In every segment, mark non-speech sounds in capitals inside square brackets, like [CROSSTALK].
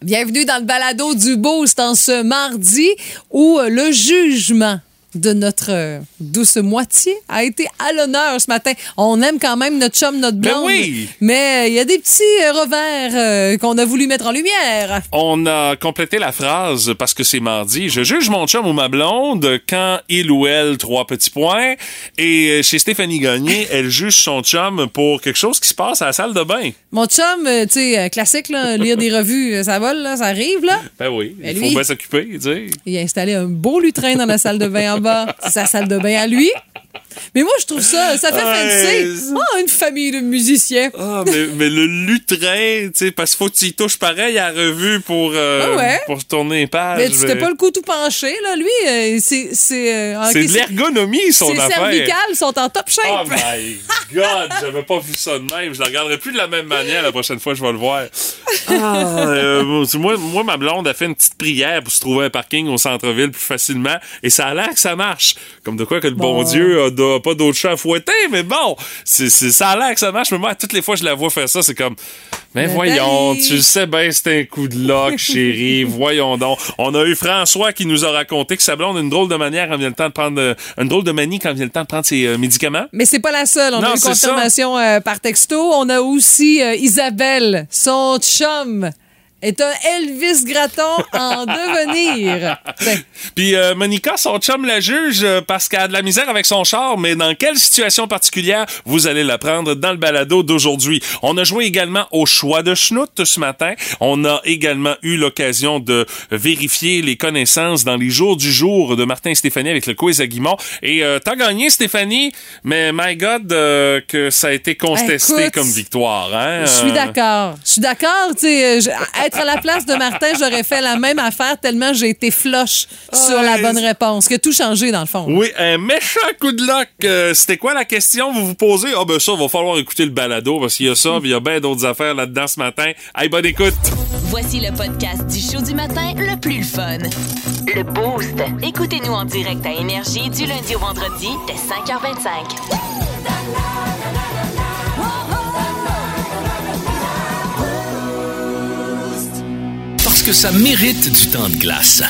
Bienvenue dans le balado du Boost en ce mardi où euh, le jugement de notre euh, douce moitié a été à l'honneur ce matin. On aime quand même notre chum, notre blonde. oui! Mais il y a des petits euh, revers euh, qu'on a voulu mettre en lumière. On a complété la phrase parce que c'est mardi. Je juge mon chum ou ma blonde quand il ou elle trois petits points. Et euh, chez Stéphanie Gagné, [LAUGHS] elle juge son chum pour quelque chose qui se passe à la salle de bain. Mon chum, euh, tu sais, euh, classique, là, lire des revues, euh, ça vole, là, ça arrive, là. Ben oui, Ben il lui- faut bien s'occuper, tu sais. Il a installé un beau lutrin dans la salle de bain en bas. C'est sa salle de bain à lui. Mais moi, je trouve ça, ça fait Ouais, fancy. Ah, une famille de musiciens. Ah, mais, mais le lutrin, tu sais, parce qu'il faut que tu y touches pareil à la revue pour, euh, Ah ouais? pour tourner les pages. Mais tu t'es pas le coup tout penché, là, lui. euh, c'est. C'est euh, ok, C'est de c'est- l'ergonomie, son ses affaire. cervicales sont en top shape. Oh my God, j'avais pas vu ça de même. Je la regarderai plus de la même manière la prochaine fois que je vais le voir. Ah, euh, moi, moi, ma blonde a fait une petite prière pour se trouver un parking au centre-ville plus facilement et ça a l'air que ça marche. Comme de quoi que le bon, Bon. Dieu a, de- a pas d'autre chat à fouetter, mais bon, c'est c'est- ça a l'air que ça marche. Mais moi, toutes les fois que je la vois faire ça, c'est comme... Mais Ben, voyons, ben. tu le sais bien, c'est un coup de luck, chérie. voyons donc. On a eu François qui nous a raconté que sa blonde a une drôle de manière quand vient le temps de prendre, euh, une drôle de manie quand vient le temps de prendre ses euh, médicaments. [LAUGHS] Mais c'est pas la seule. On Non, a eu c'est ça. confirmation euh, par texto. On a aussi euh, Isabelle, son chum. Est un Elvis Gratton [LAUGHS] en devenir. Tiens, Puis euh, Monica, son chum la juge euh, parce qu'elle a de la misère avec son char, mais dans quelle situation particulière vous allez l'apprendre dans le balado d'aujourd'hui. On a joué également au choix de schnout ce matin. On a également eu l'occasion de vérifier les connaissances dans les jours du jour de Martin et Stéphanie avec le quiz à Guimont. Et euh, t'as gagné Stéphanie, mais my God euh, que ça a été contesté Écoute, comme victoire. Hein? Je Euh, suis d'accord. Je suis d'accord. tu sais, euh, je- Être à la place de Martin, j'aurais fait la même affaire tellement j'ai été floche sur la Ah, ouais. bonne réponse. Que tout changé, dans le fond. Oui, un méchant coup de luck. Euh, C'était quoi la question vous vous posez? Ah ben ça, va falloir écouter le balado parce qu'il y a ça, puis il y a bien d'autres affaires là-dedans ce matin. Hey, bonne écoute! Voici le podcast du show du matin le plus le fun. Le Boost. Écoutez-nous en direct à Énergie du lundi au vendredi dès 5h25. Parce que ça mérite du temps de glace.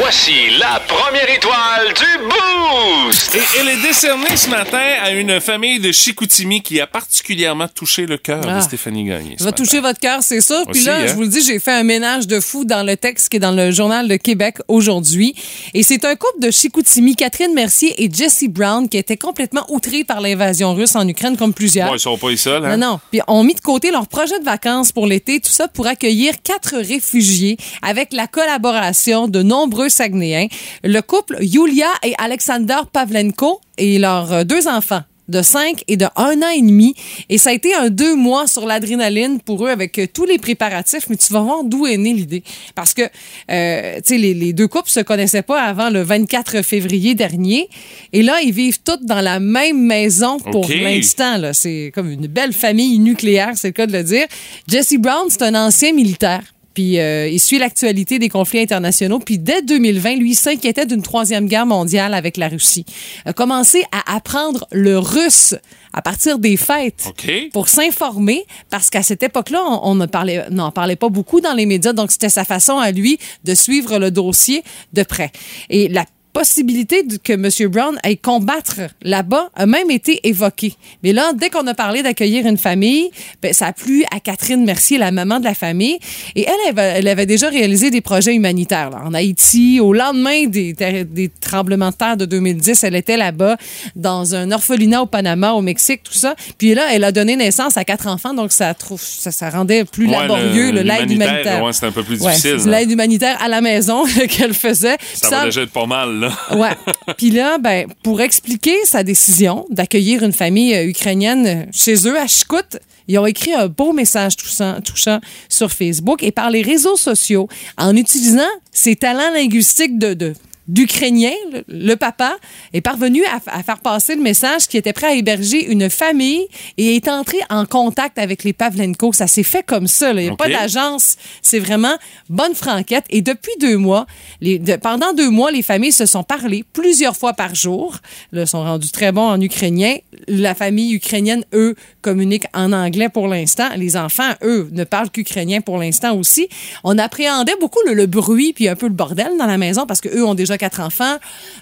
Voici la première étoile du Boost! Et elle est décernée ce matin à une famille de Chicoutimi qui a particulièrement touché le cœur de Ah. Stéphanie Gagné. ce va matin. toucher votre cœur, c'est sûr. Puis Aussi, là, hein? je vous le dis, j'ai fait un ménage de fou dans le texte qui est dans le Journal de Québec aujourd'hui. Et c'est un couple de Chicoutimi, Catherine Mercier et Jessie Brown, qui étaient complètement outrés par l'invasion russe en Ukraine, comme plusieurs. Bon, ils sont pas les seuls, hein? Non, non. Puis ont mis de côté leur projet de vacances pour l'été, tout ça pour accueillir quatre réfugiés avec la collaboration de nombreux Saguenayens. Le couple Yulia et Alexander Pavlenko et leurs euh, deux enfants de 5 et de 1 an et demi. Et ça a été un deux mois sur l'adrénaline pour eux avec euh, tous les préparatifs, mais tu vas voir d'où est née l'idée. Parce que, euh, tu sais, les, les deux couples se connaissaient pas avant le 24 février dernier. Et là, ils vivent tous dans la même maison pour OK. l'instant temps, là. C'est comme une belle famille nucléaire, c'est le cas de le dire. Jesse Brown, c'est un ancien militaire. Puis euh, il suit l'actualité des conflits internationaux. Puis dès 2020, lui, il s'inquiétait d'une troisième guerre mondiale avec la Russie. A commencé à apprendre le russe à partir des fêtes OK. pour s'informer parce qu'à cette époque-là, on on ne parlait, n'en parlait pas beaucoup dans les médias, donc c'était sa façon à lui de suivre le dossier de près. Et la possibilité de- que M. Brown aille combattre là-bas a même été évoquée. Mais là, dès qu'on a parlé d'accueillir une famille, ben, ça a plu à Catherine Mercier, la maman de la famille. Et elle, elle, avait- elle avait déjà réalisé des projets humanitaires là, en Haïti. Au lendemain des, ter- des tremblements de terre de 2010, elle était là-bas dans un orphelinat au Panama, au Mexique, tout ça. Puis là, elle a donné naissance à quatre enfants, donc ça, trouve, ça, ça rendait plus Ouais, laborieux le- le- l'aide l'humanitaire, humanitaire. ouais, c'est un peu plus Ouais, difficile, c'est là. L'aide humanitaire à la maison [LAUGHS] qu'elle faisait. Ça Puis va déjà être pas mal, là. [LAUGHS] Ouais. Puis là, ben, pour expliquer sa décision d'accueillir une famille euh, ukrainienne chez eux à Chikout, Ils ont écrit un beau message touchant, touchant sur Facebook et par les réseaux sociaux en utilisant ses talents linguistiques de, de d'Ukrainien, le, le papa, est parvenu à, à faire passer le message qu'il était prêt à héberger une famille et est entré en contact avec les Pavlenko. Ça s'est fait comme ça. là. Il n'y a OK. pas d'agence. C'est vraiment bonne franquette. Et depuis deux mois, les, de- pendant deux mois, les familles se sont parlé plusieurs fois par jour. Ils sont rendus très bons en ukrainien. La famille ukrainienne, eux, communique en anglais pour l'instant. Les enfants, eux, ne parlent qu'ukrainien pour l'instant aussi. On appréhendait beaucoup le, le bruit puis un peu le bordel dans la maison parce que eux ont déjà quatre enfants.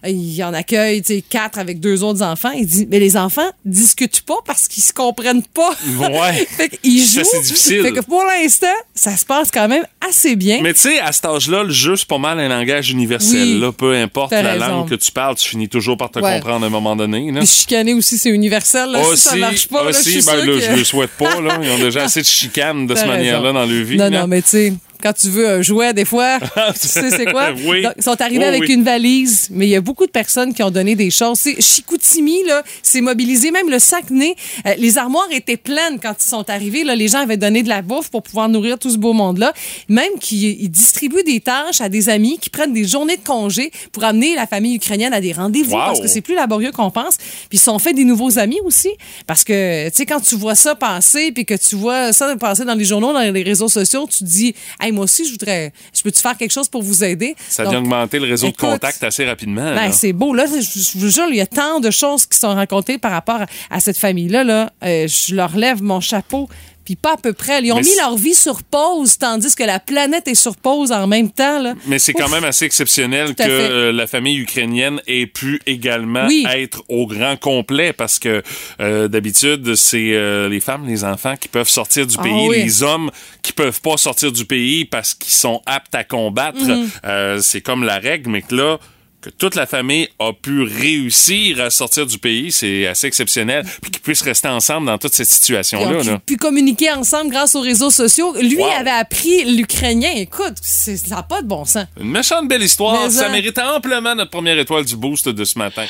Ils en accueillent tu sais, quatre avec deux autres enfants. Ils disent, mais les enfants discutent pas parce qu'ils se comprennent pas. Ouais. [LAUGHS] fait qu'ils Ça, jouent. c'est difficile. Fait que pour l'instant, ça se passe quand même assez bien. Mais tu sais, à cet âge-là, le jeu, c'est pas mal un langage universel. Oui. là. Peu importe T'as la raison. langue que tu parles, tu finis toujours par te Ouais. comprendre à un moment donné. Là. Puis chicaner aussi, c'est universel. Là, si ça marche pas, là, je aussi, suis ben, sûre là, que- je le souhaite pas. Là. [LAUGHS] Ils ont déjà assez de chicanes de T'as cette raison. manière-là dans leur vie. Non, là. non, [LAUGHS] mais tu sais, quand tu veux un jouet, des fois, tu sais c'est quoi? [LAUGHS] Oui. Donc, ils sont arrivés Oui, avec oui. une valise, mais il y a beaucoup de personnes qui ont donné des choses. C'est Chicoutimi, là, c'est mobilisé, même le Saguenay. euh, les armoires étaient pleines quand ils sont arrivés. Là, les gens avaient donné de la bouffe pour pouvoir nourrir tout ce beau monde-là. Même qu'ils ils distribuent des tâches à des amis qui prennent des journées de congé pour amener la famille ukrainienne à des rendez-vous Wow. parce que c'est plus laborieux qu'on pense. Puis ils se sont fait des nouveaux amis aussi. Parce que, tu sais, quand tu vois ça passer, puis que tu vois ça passer dans les journaux, dans les réseaux sociaux, tu te dis, hey, moi aussi, je voudrais, je peux-tu faire quelque chose pour vous aider? Ça Donc, vient augmenter le réseau écoute, de contacts assez rapidement. ben, là. c'est beau. Là, je, je vous jure, il y a tant de choses qui sont rencontrées par rapport à, à cette famille-là. Là. Euh, je leur lève mon chapeau. Puis pas à peu près. Ils ont Mais mis c'est- leur vie sur pause, tandis que la planète est sur pause en même temps. Là. Mais c'est quand Ouf. même assez exceptionnel Tout que à fait. euh, la famille ukrainienne ait pu également Oui. être au grand complet parce que euh, d'habitude, c'est euh, les femmes, les enfants qui peuvent sortir du Ah pays, oui. les hommes qui peuvent pas sortir du pays parce qu'ils sont aptes à combattre. Mhm. Euh, c'est comme la règle, mais que là, que toute la famille a pu réussir à sortir du pays, c'est assez exceptionnel, puis qu'ils puissent rester ensemble dans toute cette Ils situation-là. ont là. pu communiquer ensemble grâce aux réseaux sociaux. Lui Wow. avait appris l'ukrainien. Écoute, c'est- ça n'a pas de bon sens. Une méchante belle histoire, Mais hein. ça en- mérite amplement notre première étoile du boost de ce matin.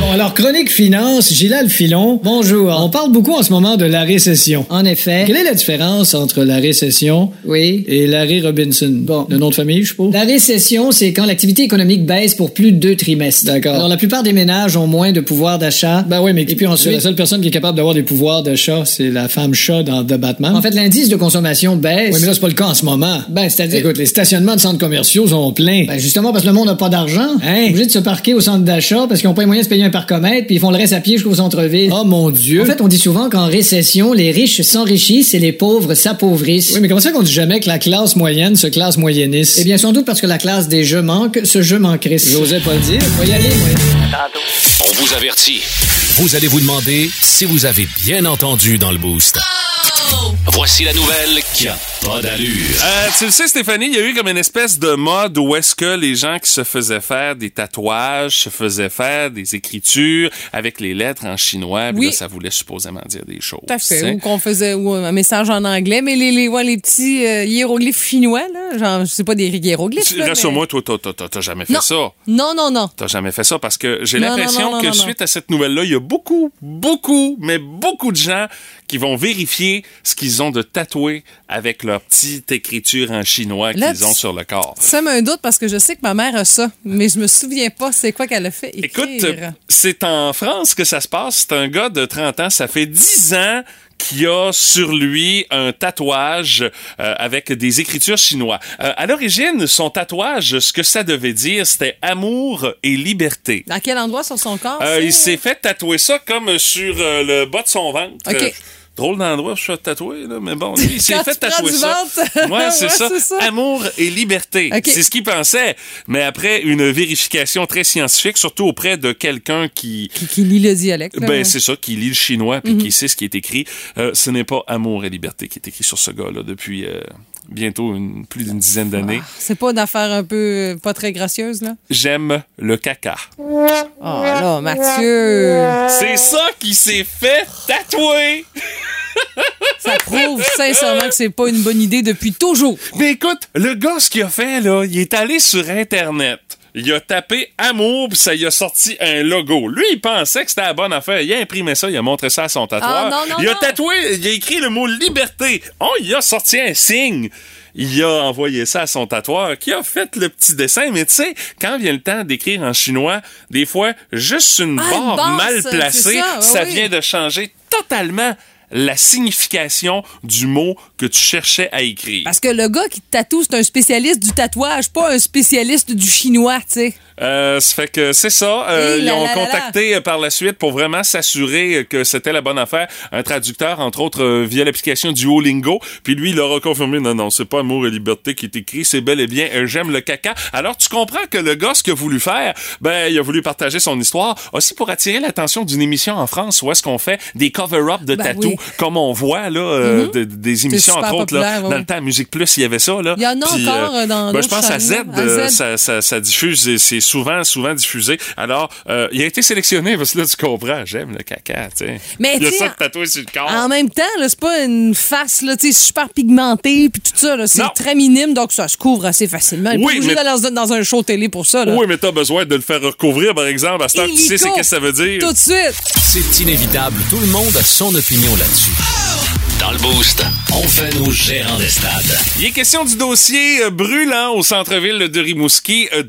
Bon, alors, chronique finance, Gilal Filon. Bonjour. On parle beaucoup en ce moment de la récession. En effet. Quelle est la différence entre la récession oui. et Larry Robinson? Bon. Le nom de famille, je suppose? La récession, c'est quand l'activité économique baisse pour plus de deux trimestres. D'accord. Alors, la plupart des ménages ont moins de pouvoir d'achat. Ben oui, mais. Et puis ensuite. La seule personne qui est capable d'avoir des pouvoirs d'achat, c'est la femme chat dans The Batman. En fait, l'indice de consommation baisse. Oui, mais là, c'est pas le cas en ce moment. Ben, c'est-à-dire. Écoute, les stationnements de centres commerciaux sont pleins. Ben, justement, parce que le monde n'a pas d'argent. Hein? Obligé de se parquer au centre d'achat parce qu'ils n'ont pas les moyens de se payer un parcomètre, puis ils font le reste à pied jusqu'au centre-ville. Oh mon Dieu. En fait, on dit souvent qu'en récession, les riches s'enrichissent et les pauvres s'appauvrissent. Oui, mais comment ça qu'on dit jamais que la classe moyenne se classe moyenniste? Eh bien, sans doute parce que la classe des jeux manque, ce jeu manquerait. J'osais pas le dire. Faut y aller, moi. On vous avertit. Vous allez vous demander si vous avez bien entendu dans le boost. Voici la nouvelle qui a Pas d'allure. Euh, tu le sais, Stéphanie, il y a eu comme une espèce de mode où est-ce que les gens qui se faisaient faire des tatouages se faisaient faire des écritures avec les lettres en chinois. puis Oui. là, ça voulait supposément dire des choses. Tout à tu fait. sais. Ou qu'on faisait ou un message en anglais, mais les, les, ouais, les petits euh, hiéroglyphes chinois, là, genre, je sais pas des hiéroglyphes. Tu- là, mais- Rassure-moi, toi, t'as- t'as- t'as t'as jamais fait Non. ça. Non, non, non. T'as jamais fait ça parce que j'ai Non, non, l'impression non, non, que non, non. suite à cette nouvelle-là, il y a beaucoup, beaucoup, mais beaucoup de gens qui vont vérifier ce qu'ils ont de tatoué avec leur petite écriture en chinois Là, qu'ils ont tu- sur le corps. Ça m'a un doute parce que je sais que ma mère a ça, mais je me souviens pas c'est quoi qu'elle a fait écrire. Écoute, euh, c'est en France que ça se passe. C'est un gars de 30 ans. Ça fait 10 ans qu'il a sur lui un tatouage euh, avec des écritures chinois. Euh, à l'origine, son tatouage, ce que ça devait dire, c'était amour et liberté. Dans quel endroit sur son corps? Euh, ça? il s'est fait tatouer ça comme sur euh, le bas de son ventre. Ok. Euh, Drôle d'endroit où je suis tatoué, là, mais bon, lui, il s'est [LAUGHS] Quand fait tu prends tatouer du ça. ventre. [LAUGHS] Ouais, c'est Ouais, ça. c'est ça. Amour et liberté. Ok. C'est ce qu'il pensait. Mais après une vérification très scientifique, surtout auprès de quelqu'un qui, Qui, qui lit le dialecte. là, ben, ouais. c'est ça, qui lit le chinois puis Mhm. qui sait ce qui est écrit. Euh, ce n'est pas amour et liberté qui est écrit sur ce gars-là depuis euh, bientôt une, plus d'une dizaine d'années. C'est pas une affaire un peu euh, pas très gracieuse, [LAUGHS] là? J'aime le caca. Oh là, Mathieu! C'est ça qui s'est fait tatouer. Ça prouve sincèrement que c'est pas une bonne idée depuis toujours. Mais écoute, le gars, ce qu'il a fait, là, il est allé sur Internet. il a tapé amour, puis ça y a sorti un logo. Lui, il pensait que c'était la bonne affaire. Il a imprimé ça, il a montré ça à son tatoueur. Ah, non, non, il a non. tatoué, il a écrit le mot liberté. Oh, il a sorti un signe. Il a envoyé ça à son tatoueur qui a fait le petit dessin. Mais tu sais, quand vient le temps d'écrire en chinois, des fois, juste une Ah, une barre barre, mal ça, placée, c'est ça, ça, oui. vient de changer totalement la signification du mot que tu cherchais à écrire. Parce que le gars qui te tatoue, c'est un spécialiste du tatouage, pas un spécialiste du chinois, tu sais. Euh, ça fait que c'est ça. Euh, Hey, ils là, ont là, là, contacté euh, par la suite pour vraiment s'assurer que c'était la bonne affaire. Un traducteur, entre autres, euh, via l'application Duolingo. Puis lui, il leur a confirmé, non, non, c'est pas Amour et Liberté qui est écrit, c'est bel et bien euh, J'aime le caca. Alors, tu comprends que le gars, ce qu'il a voulu faire, ben, il a voulu partager son histoire aussi pour attirer l'attention d'une émission en France où est-ce qu'on fait des cover-up de Ben tatous, oui. Mm-hmm. comme on voit, là, euh, de- de- des émissions, super entre autres, là. populaire, ouais. Dans le temps, à Musique Plus, il y avait ça, là. Il y en a Puis, encore, euh, dans ben, je d'autres pense à Z, chaînes, là. À euh, Z. ça, ça, ça diffuse et c'est souvent, souvent diffusé. Alors, euh, il a été sélectionné parce que là, tu comprends, j'aime le caca, tu sais. Mais il y a tu sais, ça de tatoué sur le corps. Ah, En même temps, là, c'est pas une face là, tu sais, super pigmentée puis tout ça. là. C'est Non. très minime, donc ça se couvre assez facilement. Oui, Oui, mais- mais... dans, dans un show télé pour ça. Là. Oui, mais t'as besoin de le faire recouvrir, par exemple, à ce temps que tu sais c'est Illico. qu'est-ce que ça veut dire. Tout de suite. C'est inévitable. Tout le monde a son opinion là-dessus. Dans le boost. On fait nos gérants des stades. Il est question du dossier euh, brûlant au centre-ville de Rimouski euh,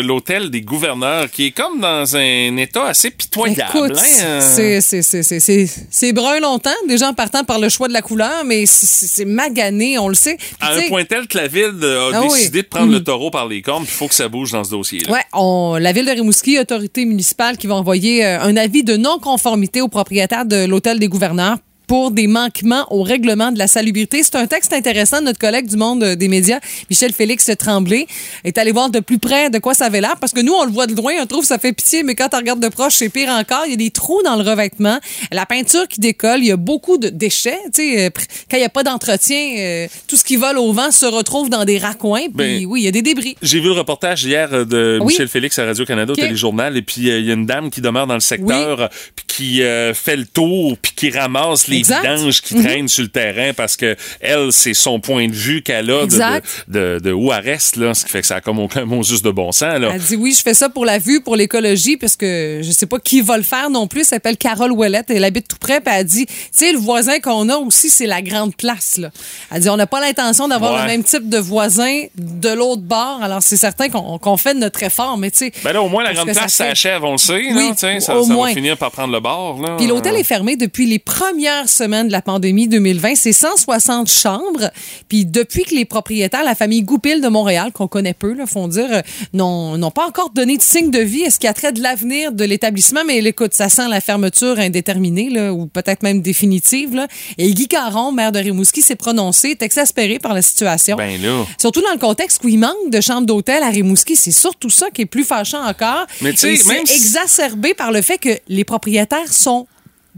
de l'hôtel des gouverneurs, qui est comme dans un état assez pitoyable. Écoute, hein, euh. c'est- c'est- c'est- c'est- c'est c'est brun longtemps, déjà en partant par le choix de la couleur, mais c'est- c'est c'est magané, on le sait. Puis, À tu un sais, point tel que la ville euh, a Ah oui. décidé de prendre le taureau par les cornes, il faut que ça bouge dans ce dossier-là. Ouais, on, la ville de Rimouski, autorité municipale, qui va envoyer euh, un avis de non-conformité au propriétaire de l'hôtel des gouverneurs pour des manquements au règlement de la salubrité. C'est un texte intéressant de notre collègue du monde euh, des médias, Michel Félix Tremblay, est allé voir de plus près de quoi ça avait l'air parce que nous on le voit de loin, on trouve que ça fait pitié, mais quand on regarde de proche, c'est pire encore, il y a des trous dans le revêtement, la peinture qui décolle, il y a beaucoup de déchets, tu sais, euh, pr- quand il n'y a pas d'entretien, euh, tout ce qui vole au vent se retrouve dans des raccoins, puis Ben, oui, il y a des débris. J'ai vu le reportage hier euh, de Oui. Michel Félix à Radio-Canada Ok. au téléjournal, et puis euh, il y a une dame qui demeure dans le secteur, euh, puis qui euh, fait le tour, puis qui ramasse les Exact. Mhm. vidanges qui traînent sur le terrain, parce que elle, c'est son point de vue qu'elle a de, Exact. de, de, de où elle reste, là, ce qui fait que ça a comme aucun mot juste de bon sens. Là. Elle dit oui, je fais ça pour la vue, pour l'écologie, parce que je sais pas qui va le faire non plus. Elle s'appelle Carole Ouellette, elle habite tout près, puis elle dit, tu sais, le voisin qu'on a aussi, c'est la grande place, là. Elle dit, on n'a pas l'intention d'avoir Ouais. le même type de voisin de l'autre bord, alors c'est certain qu'on qu'on fait de notre effort, mais tu sais. Ben là, au moins, la parce grande que place, ça, fait- achève, on le sait. Oui, là, tu sais, ça au ça va moins. finir par prendre le bord. là. Puis l'hôtel est fermé depuis les premières semaines de la pandémie 2020. C'est 160 chambres. Puis depuis que les propriétaires, la famille Goupil de Montréal, qu'on connaît peu, là, font dire, euh, n'ont n'ont pas encore donné de signe de vie, est-ce qu'il y a trait de l'avenir de l'établissement? Mais écoute, ça sent la fermeture indéterminée, là, ou peut-être même définitive. Là. Et Guy Caron, maire de Rimouski, s'est prononcé, est exaspéré par la situation. Ben là. Surtout dans le contexte où il manque de chambres d'hôtel à Rimouski, c'est surtout ça qui est plus fâchant encore. Mais tu sais, Et c'est même si- exacerbé par le fait que les propriétaires sont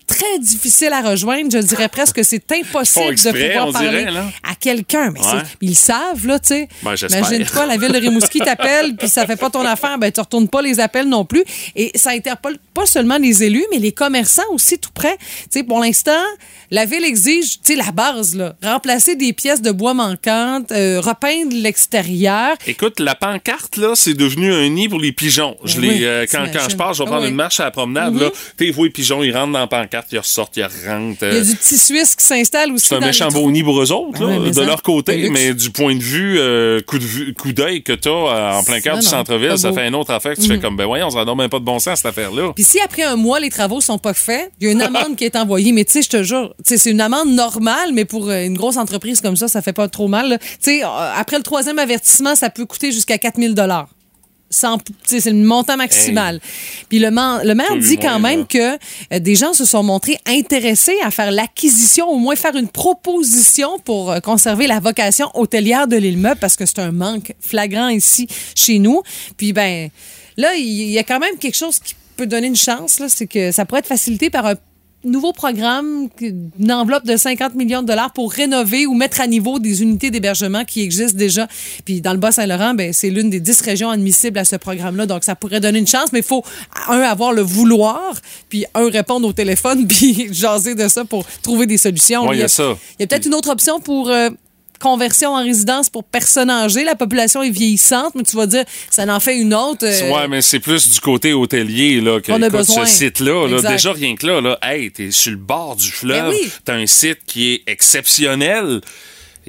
très difficiles à rejoindre, je dirais presque que c'est impossible Ils font exprès, de pouvoir on parler dirait, là. à quelqu'un. Mais Ouais. c'est- ils le savent, là, tu sais. Ben, j'espère. Imagine-toi, la ville de Rimouski t'appelle, puis ça fait pas ton affaire, ben tu retournes pas les appels non plus. Et ça interpelle pas seulement les élus, mais les commerçants aussi tout près. Tu sais, pour l'instant, la ville exige, tu sais, la base, là. Remplacer des pièces de bois manquantes, euh, repeindre l'extérieur. Écoute, la pancarte, là, c'est devenu un nid pour les pigeons. Je Ben Oui, l'ai, euh, quand, quand je t'imagines. pars, je vais Ah prendre oui. Mhm. une marche à la promenade, là. T'es voué pigeons, ils rentrent dans la pancarte, ils ressortent, ils rentrent. euh, Il y a du petit Suisse qui s'installe aussi. c'est un dans le méchant trou. beau nid pour eux autres, là, Ouais, mais de ça, leur côté, le luxe. mais du point de vue, euh, coup de vue- coup d'œil que t'as euh, en plein cœur Ça, du non, centre-ville, pas ça beau. Mhm. fait une autre affaire que tu fais comme, ben voyons, on se rend même pas de bon sens, cette affaire-là. Puis si après un mois, les travaux sont pas faits, il y a une amende qui est envoyée. Mais tu sais, je te jure, tu sais, c'est une amende normale, mais pour euh, une grosse entreprise comme ça, ça fait pas trop mal. là. Tu sais, euh, après le troisième avertissement, ça peut coûter jusqu'à 4000 dollars. C'est le montant maximal. Puis le, man- le maire Absolument, dit là. quand même que euh, des gens se sont montrés intéressés à faire l'acquisition, au moins faire une proposition pour euh, conserver la vocation hôtelière de l'île Meuble parce que c'est un manque flagrant ici chez nous. Puis ben là, il il y a quand même quelque chose qui peut donner une chance, là, c'est que ça pourrait être facilité par un nouveau programme, que- une enveloppe de 50 millions de dollars pour rénover ou mettre à niveau des unités d'hébergement qui existent déjà. Puis dans le Bas-Saint-Laurent, ben, c'est l'une des 10 régions admissibles à ce programme-là, donc ça pourrait donner une chance, mais il faut, un, avoir le vouloir, puis un, répondre au [LAUGHS] téléphone, puis jaser de ça pour trouver des solutions. Ouais, il y a il ça. il y a peut-être une autre option pour... euh, conversion en résidence pour personnes âgées. La population est vieillissante, mais tu vas dire, ça en fait une autre. euh, Ouais, mais c'est plus du côté hôtelier là, que On a écoute, besoin. ce site-là. là, Exact. Ben déjà, rien que là, là hey, t'es sur le bord du fleuve, oui. t'as un site qui est exceptionnel.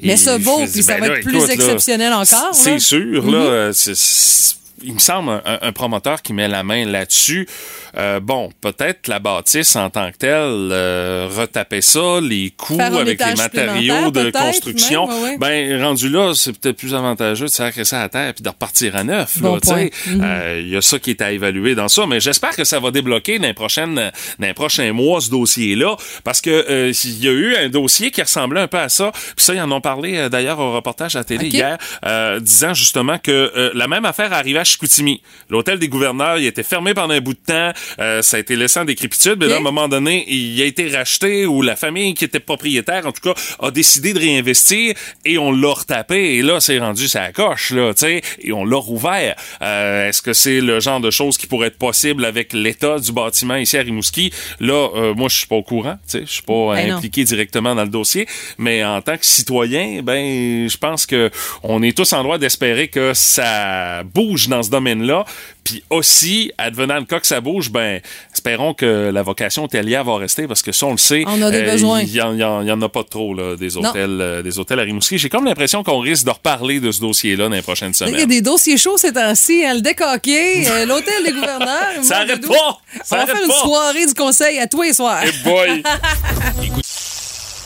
Mais ce beau, je me dis, ben puis ça va être plus là, exceptionnel encore, C'est là. Mm-hmm. sûr, là. euh, c'est- c'est- il me semble un, un promoteur qui met la main là-dessus. Euh, bon, peut-être la bâtisse en tant que telle, euh, retaper ça, les coûts Faire un avec les étage matériaux de supplémentaire, peut-être, construction. même, ouais, ouais. Ben, rendu là, c'est peut-être plus avantageux de sacrer ça à terre puis de repartir à neuf. Bon là, tu sais. point. Mhm. Euh, Il y a ça qui est à évaluer dans ça, mais j'espère que ça va débloquer dans les, prochaines, dans les prochains mois ce dossier-là, parce que euh, il y a eu un dossier qui ressemblait un peu à ça, puis ça, ils en ont parlé euh, d'ailleurs au reportage à la télé Ok. hier, euh, disant justement que euh, la même affaire arrivait à Chicoutimi. L'hôtel des gouverneurs, il était fermé pendant un bout de temps, euh, ça a été laissé en décrépitude, mais là, à un Ok. moment donné, il a été racheté, ou la famille qui était propriétaire, en tout cas, a décidé de réinvestir, et on l'a retapé, et là, c'est rendu ça coche, là, tu sais, et on l'a rouvert. Euh, Est-ce que c'est le genre de choses qui pourrait être possible avec l'état du bâtiment ici à Rimouski? Là, euh, moi, je suis pas au courant, tu sais, je suis pas Ben non. impliqué directement dans le dossier, mais en tant que citoyen, ben, je pense que on est tous en droit d'espérer que ça bouge dans ce domaine-là. Puis aussi, advenant le cas que ça bouge, ben, espérons que la vocation hôtelière va rester parce que ça, on le sait. On a des euh, besoins. Il y, en- il y en il y en a pas trop, là, des Non. hôtels, euh, des hôtels à Rimouski. J'ai comme l'impression qu'on risque de reparler de ce dossier-là dans les prochaines semaines. Il y a des dossiers chauds ces temps-ci, hein, le [LAUGHS] décoqué, euh, l'hôtel des gouverneurs. Ça Mon arrête Dieu, pas! Ça On va arrête faire une pas! soirée du conseil à tous les soirs. Eh [LAUGHS] boy!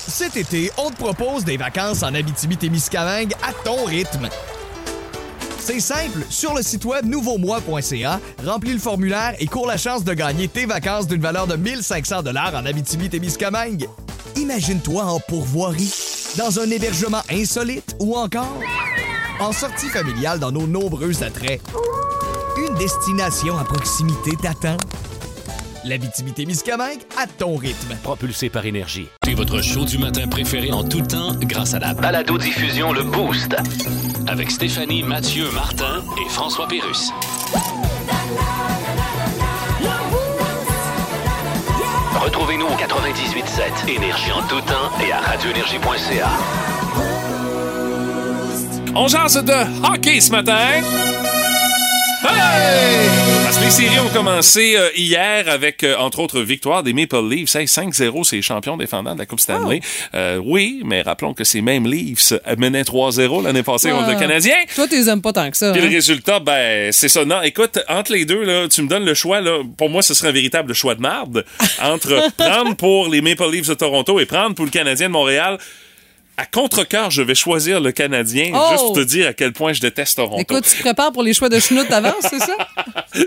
Cet été, on te propose des vacances en Abitibi-Témiscamingue à ton rythme. C'est simple, sur le site web nouveaumois.ca, remplis le formulaire et cours la chance de gagner tes vacances d'une valeur de 1500 dollars en Abitibi-Témiscamingue. Imagine-toi en pourvoirie, dans un hébergement insolite ou encore en sortie familiale dans nos nombreux attraits. Une destination à proximité t'attend. L'Abitibi-Témiscamingue à ton rythme. propulsé par énergie. C'est votre show du matin préféré en tout temps grâce à la balade Balado-diffusion Le Boost. avec Stéphanie, Mathieu, Martin et François Pérus. Retrouvez-nous au 98.7 Énergie en tout temps et à radioénergie.ca. On jase de hockey ce matin. Hey! Parce que les séries ont commencé euh, hier avec, euh, entre autres, victoire des Maple Leafs. Hey, 5-0, c'est les champions défendants de la Coupe Stanley. Euh, oui, mais rappelons que ces mêmes Leafs euh, menaient 3-0 l'année passée contre le Ah. Canadien. Toi, tu les aimes pas tant que ça. Puis le hein? résultat, ben, c'est ça. Non, écoute, entre les deux, là, tu me donnes le choix. Là, pour moi, ce serait un véritable choix de [LAUGHS] marde entre prendre pour les Maple Leafs de Toronto et prendre pour le Canadien de Montréal. À contre-cœur, je vais choisir le Canadien Oh! juste pour te dire à quel point je déteste Toronto. Écoute, tu te prépares pour les choix de chenoute d'avance, [LAUGHS] c'est ça?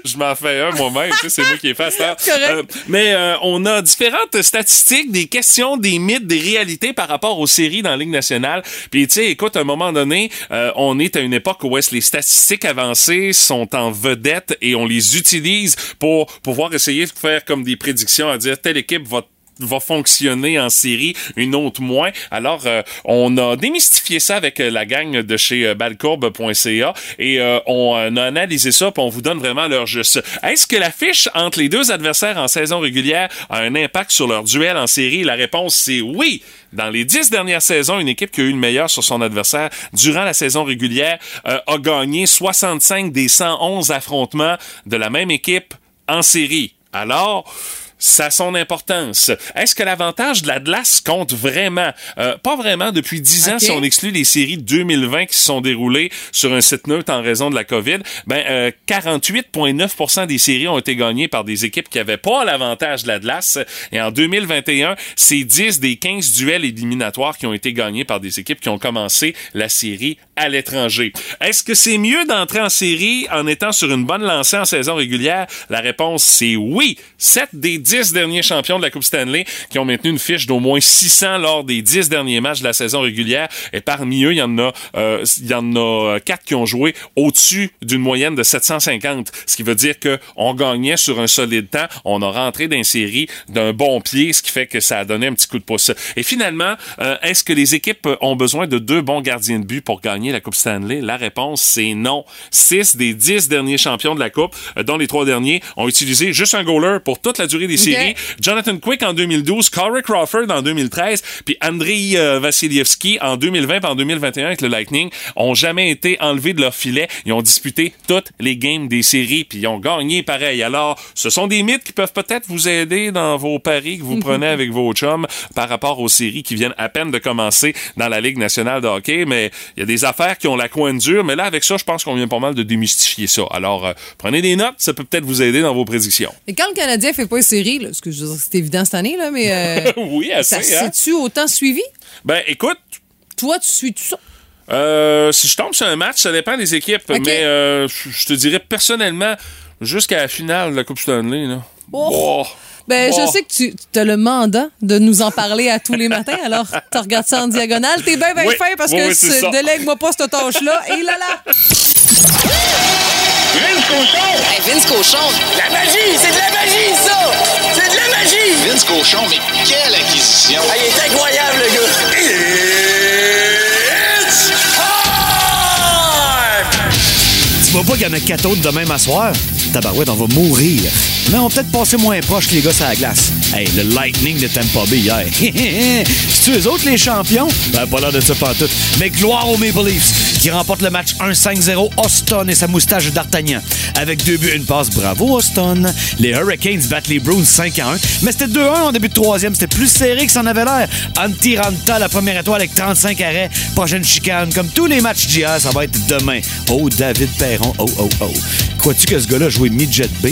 je m'en fais un moi-même, tu sais, c'est moi qui ai fait ça. C'est correct. mais euh, on a différentes statistiques, des questions, des mythes, des réalités par rapport aux séries dans la Ligue nationale. Puis tu sais, écoute, à un moment donné, euh, on est à une époque où est-ce les statistiques avancées sont en vedette et on les utilise pour pouvoir essayer de faire comme des prédictions à dire telle équipe va va fonctionner en série, une autre moins. Alors, euh, on a démystifié ça avec euh, la gang de chez euh, balcourbe.ca et euh, on euh, a analysé ça puis on vous donne vraiment leur juste. Est-ce que la fiche entre les deux adversaires en saison régulière a un impact sur leur duel en série? La réponse, c'est oui. Dans les dix dernières saisons, une équipe qui a eu le meilleur sur son adversaire durant la saison régulière euh, a gagné 65 des 111 affrontements de la même équipe en série. Alors, ça a son importance. Est-ce que l'avantage de la glace compte vraiment? Euh, pas vraiment depuis 10 ans Ok. si on exclut les séries 2020 qui se sont déroulées sur un site neutre en raison de la COVID. Ben, euh, 48,9% des séries ont été gagnées par des équipes qui n'avaient pas l'avantage de la glace. Et en 2021, c'est 10 des 15 duels éliminatoires qui ont été gagnés par des équipes qui ont commencé la série à l'étranger. Est-ce que c'est mieux d'entrer en série en étant sur une bonne lancée en saison régulière? La réponse, c'est oui. 7 des 10 derniers champions de la Coupe Stanley qui ont maintenu une fiche d'au moins 600 lors des 10 derniers matchs de la saison régulière. Et parmi eux, il y en a, euh, il y en a 4 qui ont joué au-dessus d'une moyenne de 750. Ce qui veut dire que on gagnait sur un solide temps. On a rentré dans les séries d'un bon pied, ce qui fait que ça a donné un petit coup de pouce. Et finalement, euh, est-ce que les équipes ont besoin de deux bons gardiens de but pour gagner la Coupe Stanley? La réponse, c'est non. Six des dix derniers champions de la Coupe, euh, dont les trois derniers, ont utilisé juste un goaler pour toute la durée des séries. Jonathan Quick en 2012, Corey Crawford en 2013, puis Andrei euh, Vassilievski en 2020 puis en 2021 avec le Lightning ont jamais été enlevés de leur filet. Ils ont disputé toutes les games des séries puis ils ont gagné pareil. Alors, ce sont des mythes qui peuvent peut-être vous aider dans vos paris [LAUGHS] que vous prenez avec vos chums par rapport aux séries qui viennent à peine de commencer dans la Ligue nationale de hockey, mais il y a des affaires qui ont la coin dure, mais là avec ça, je pense qu'on vient pas mal de démystifier ça. Alors, euh, prenez des notes, ça peut peut-être vous aider dans vos prédictions. Mais quand le Canadien fait pas une série, là, ce que je veux dire, c'est évident cette année, là, mais euh, [LAUGHS] Oui, ça assez, hein? s'est-tu autant suivi? Ben, écoute, Toi, tu suis tout ça? Euh, si je tombe sur un match, ça dépend des équipes. Ok. Mais euh, je je te dirais personnellement, jusqu'à la finale de la Coupe Stanley, là. Oh. Ben, Oh. je sais que tu as le mandat de nous en parler à tous les matins, alors tu regardes ça en diagonale. T'es bien, bien Oui. fin parce Oui, que oui, c'est ça. ce- délègue-moi pas cette tâche-là. Et là, là! Hey, Vince Cochon! La magie! C'est de la magie, ça! C'est de la magie! Vince Cochon, mais quelle acquisition! Ah, il est incroyable, le gars! It's time! Tu vois pas qu'il y en a quatre autres demain à soir? Tabarouette, on va mourir. Mais on va peut-être passer moins proche que les gars à la glace. Hey, le Lightning de Tampa Bay hier. [LAUGHS] C'est-tu eux autres les champions? Ben, pas l'air de ça pantoute. Mais gloire aux Maple Leafs qui remportent le match 1-5-0. Austin et sa moustache d'Artagnan. Avec deux buts, une passe. Bravo, Austin. Les Hurricanes battent les Bruins 5-1. Mais c'était 2-1 en début de troisième. C'était plus serré que ça en avait l'air. Antiranta, la première étoile avec 35 arrêts. Prochaine chicane. Comme tous les matchs d'hier, ça va être demain. Oh, David Perron. Oh, oh, oh. Crois-tu que ce gars-là a joué midget B?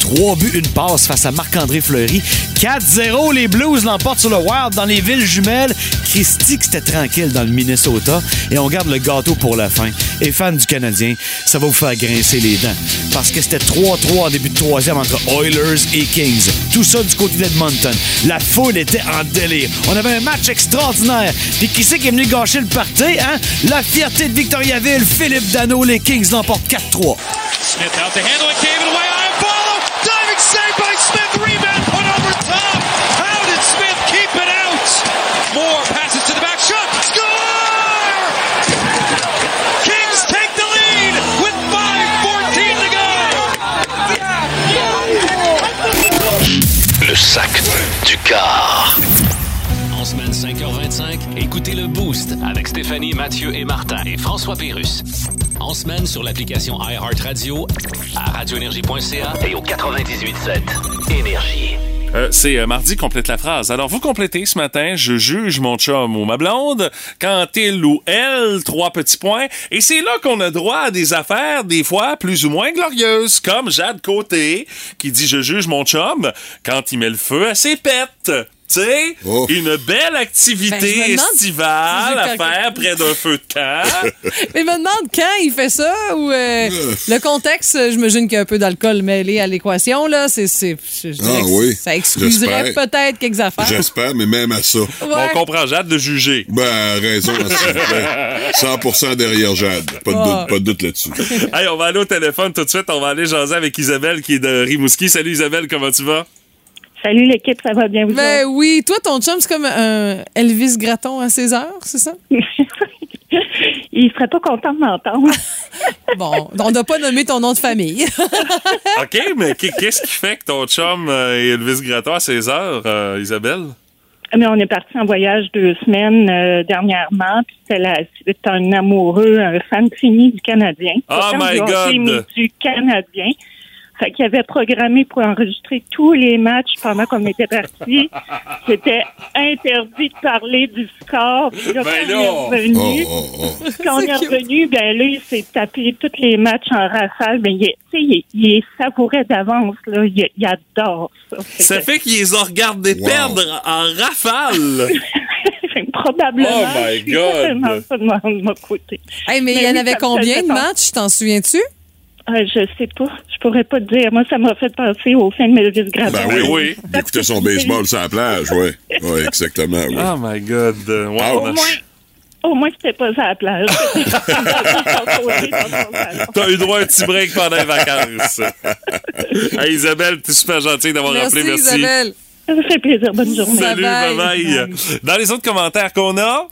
Trois buts, une passe face à Marc-André Fleury. 4-0, les Blues l'emportent sur le Wild dans les villes jumelles. Christy, que c'était tranquille dans le Minnesota. Et on garde le gâteau pour la fin. Et fans du Canadien, ça va vous faire grincer les dents. Parce que c'était 3-3 en début de troisième entre Oilers et Kings. Tout ça du côté d'Edmonton. La foule était en délire. On avait un match extraordinaire. Puis qui c'est qui est venu gâcher le party, hein? La fierté de Victoriaville, Philippe Dano, les Kings l'emportent 4-3. Smith out to handle it, gave it away. I follow. Diving save by Smith. Rebound put over top. How did Smith keep it out? Moore passes to the back. Shot. Score! Kings take the lead with 5-14 to go. Le sac du car. En semaine 5h25, écoutez le Boost Avec Stéphanie, Mathieu et Martin et François Pérus. En semaine sur l'application iHeartRadio À radioénergie.ca et au 98.7 Énergie. Euh, c'est euh, mardi complète la phrase. Alors vous complétez ce matin, je juge mon chum ou ma blonde quand il ou elle trois petits points et c'est là qu'on a droit à des affaires des fois plus ou moins glorieuses comme Jade Côté qui dit je juge mon chum quand il met le feu à ses pets. Tu sais, Oh. une belle activité Ben, je me demande estivale si à j'ai quelque- faire près d'un feu de [LAUGHS] camp. Mais je me demande quand il fait ça ou euh, le contexte, euh, j'imagine qu'il y a un peu d'alcool mêlé à l'équation, là. C'est, c'est, je- je Ah dirais que oui, Ça excuserait j'espère. peut-être quelques affaires. J'espère, mais même à ça. On Ouais. comprend Jade de juger. Ben, raison, s'il vous plaît. 100% derrière Jade. Pas de Oh. doute, pas de doute là-dessus. hey, on va aller au téléphone tout de suite, on va aller jaser avec Isabelle qui est de Rimouski. Salut Isabelle, comment tu vas? Salut l'équipe, ça va bien vous Ben oui, toi, ton chum, c'est comme un Elvis Gratton à ses heures, c'est ça? autres? [LAUGHS] Il serait pas content de m'entendre. [LAUGHS] Bon, on n'a pas nommé ton nom de famille. [LAUGHS] OK, mais qu- qu'est-ce qui fait que ton chum euh, est Elvis Gratton à 16 heures, euh, Isabelle? Mais on est parti en voyage deux semaines euh, dernièrement, puis c'est la- c'est un amoureux, un fan fini du Canadien. Oh Pas tant my du hockey, God! mais du Canadien. Fait qu'il avait programmé pour enregistrer tous les matchs pendant qu'on était partis. [LAUGHS] C'était interdit de parler du score. Puis là, Ben quand on est non! revenu, Oh, oh, oh. Quand on C'est est cute. revenu, ben là, il s'est tapé tous les matchs en rafale. Ben, il, est- tu sais, il, il est savouré d'avance, là. Il, il adore ça. Ça fait qu'ils les ont regardés Wow. perdre en rafale. Fait que probablement. Oh my je suis God. Vraiment ça de mon, de mon côté. Hey, mais il y Mais en oui, avait ça me combien fait de peur. matchs, t'en souviens-tu? Euh, je sais pas. Je pourrais pas te dire. Moi, ça m'a fait penser au film Elvis Gratton. Ben Ben oui. oui. D'écouter son baseball sur la plage, ouais. Ouais, exactement, ouais. Oh my God. Euh, wow. Ah, Au moins, au moins, c'était pas à la plage. [LAUGHS] T'as eu droit à un petit break pendant les [LAUGHS] vacances. hey, Isabelle, t'es super gentille d'avoir Merci, rappelé. Merci. Isabelle. ça me fait [LAUGHS] plaisir. Bonne journée. Salut, Bye bye bye. bye. Dans les autres commentaires qu'on a,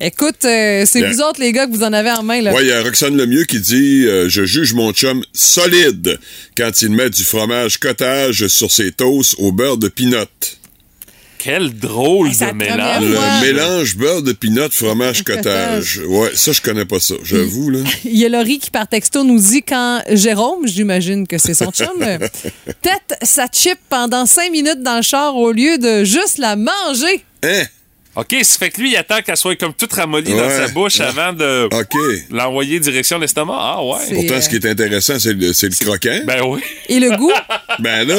Écoute, euh, c'est Bien. vous autres, les gars, que vous en avez en main. Là. Ouais, il y a Roxane Lemieux qui dit euh, Je juge mon chum solide quand il met du fromage cottage sur ses toasts au beurre de pinot. Quel drôle de mélange. Le mélange beurre de pinot fromage cottage. Ouais, ça je connais pas ça, j'avoue là. Il y a Laurie qui, par texto, nous dit quand Jérôme, j'imagine que [LAUGHS] c'est son chum, euh, tête sa chip pendant cinq minutes dans le char au lieu de juste la manger. Hein? OK, ça fait que lui, il attend qu'elle soit comme toute ramollie dans Ouais. sa bouche avant de l'envoyer direction l'estomac. Ah ouais. Pourtant, ce qui est intéressant, c'est le, c'est le croquant. Ben oui. euh, Et le euh, goût? Ben là,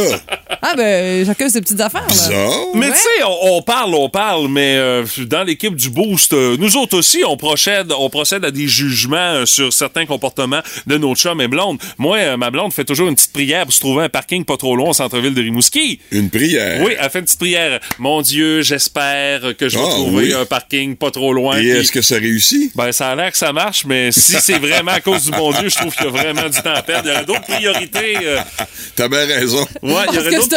Ah, ben, chacun ses petites affaires. Là. Mais tu sais, on, on parle, on parle, mais euh, dans l'équipe du Boost, euh, nous autres aussi, on procède, on procède à des jugements euh, sur certains comportements de nos chums et blondes. Moi, euh, ma blonde fait toujours une petite prière pour se trouver un parking pas trop loin au centre-ville de Rimouski. Une prière. Oui, elle fait une petite prière. Mon Dieu, j'espère que je vais Ah, trouver oui. un parking pas trop loin. et Puis- est-ce que ça [LAUGHS] réussit? Ben, ça a l'air que ça marche, mais si c'est vraiment à cause du bon Dieu, je trouve qu'il y a vraiment du temps à perdre. Il y a d'autres priorités. euh, [LAUGHS] T'as bien raison. Ouais, il y aurait d'autres priorités.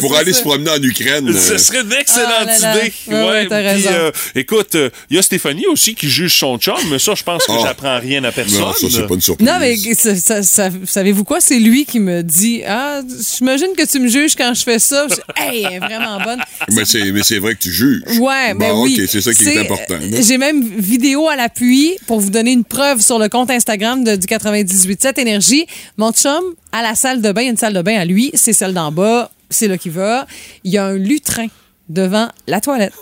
Pour aller se promener en Ukraine. Ce euh, serait une excellente Ah là là. idée. Ouais, ouais, t'as puis, raison. écoute, euh, il y a Stéphanie aussi qui juge son chum, mais ça, je pense que Ah. j'apprends rien à personne. Non, ça, c'est pas une surprise. Non, mais ça- ça- ça- savez-vous quoi? C'est lui qui me dit Ah, j'imagine que tu me juges quand je fais ça. Je dis, hey, elle est vraiment bonne. Mais c'est, mais c'est vrai que tu juges. Ouais, mais Bon, oui. euh, OK, c'est ça qui est important, là. J'ai même vidéo à l'appui pour vous donner une preuve sur le compte Instagram de, du 98.7 Énergie. Mon chum, à la salle de bain, il y a une salle de bain à lui, c'est celle d'en bas, c'est là qu'il va. Il y a un lutrin devant la toilette.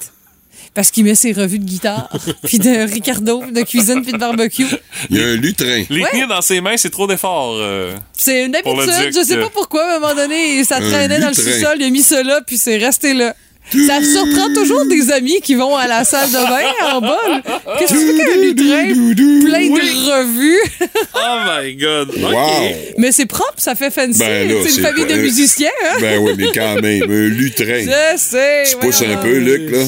Parce qu'il met ses revues de guitare, [LAUGHS] puis de Ricardo, puis de cuisine, puis de barbecue. Il y a un lutrin. Les tenir dans ses mains, c'est trop d'effort. euh. C'est une Pour le habitude. duc, Je sais euh, pas pourquoi, à un moment donné, ça Un traînait dans le lutrin. sous-sol, il a mis cela, puis c'est resté là. Ça surprend toujours des amis qui vont à la salle de bain en bol. Qu'est-ce que tu fais qu'un lutrin plein de revues? Oh my God. OK. Wow. Mais c'est propre, ça fait fancy. Ben là, c'est une c'est famille pas- de musiciens. Hein? Ben oui, mais quand même, un lutrin. Je sais. Tu pousses voyons un peu, donc. Luc, là.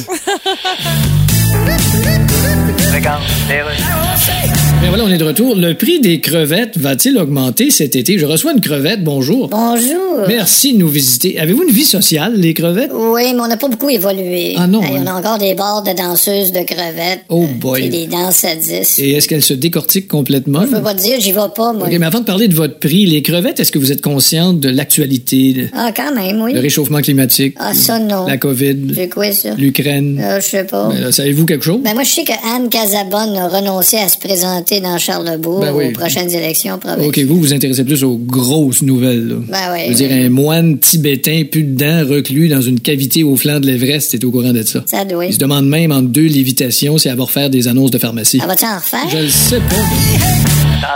Bien voilà, on est de retour. Le prix des crevettes va-t-il augmenter cet été? Je reçois une crevette, bonjour. Bonjour. Merci de nous visiter. Avez-vous une vie sociale, les crevettes? Oui, mais on n'a pas beaucoup évolué. Ah non, Hey, on hein. a encore des bars de danseuses de crevettes. Oh Et boy. des danses à 10. Et est-ce qu'elles se décortiquent complètement? Je peux pas te dire, j'y vais pas, moi. Ah OK, mais avant de parler de votre prix, les crevettes, est-ce que vous êtes consciente de l'actualité, le, Ah, quand même, oui. le réchauffement climatique, Ah, ça, non. la COVID, C'est quoi, ça? l'Ukraine? Euh, je sais pas. Ben là, Savez-vous quelque chose? Ben, moi, je sais que Anne Casabonne a renoncé à se présenter dans Charlebourg Ben oui. aux prochaines élections provinciales. OK, vous vous intéressez plus aux grosses nouvelles. là. Ben oui, Je veux dire, un moine tibétain, plus de dents, reclus dans une cavité au flanc de l'Everest, t'es au courant de ça. Ça doit. Il se demande même en deux lévitations si elle va refaire des annonces de pharmacie. Elle va-tu en refaire? Je le sais pas.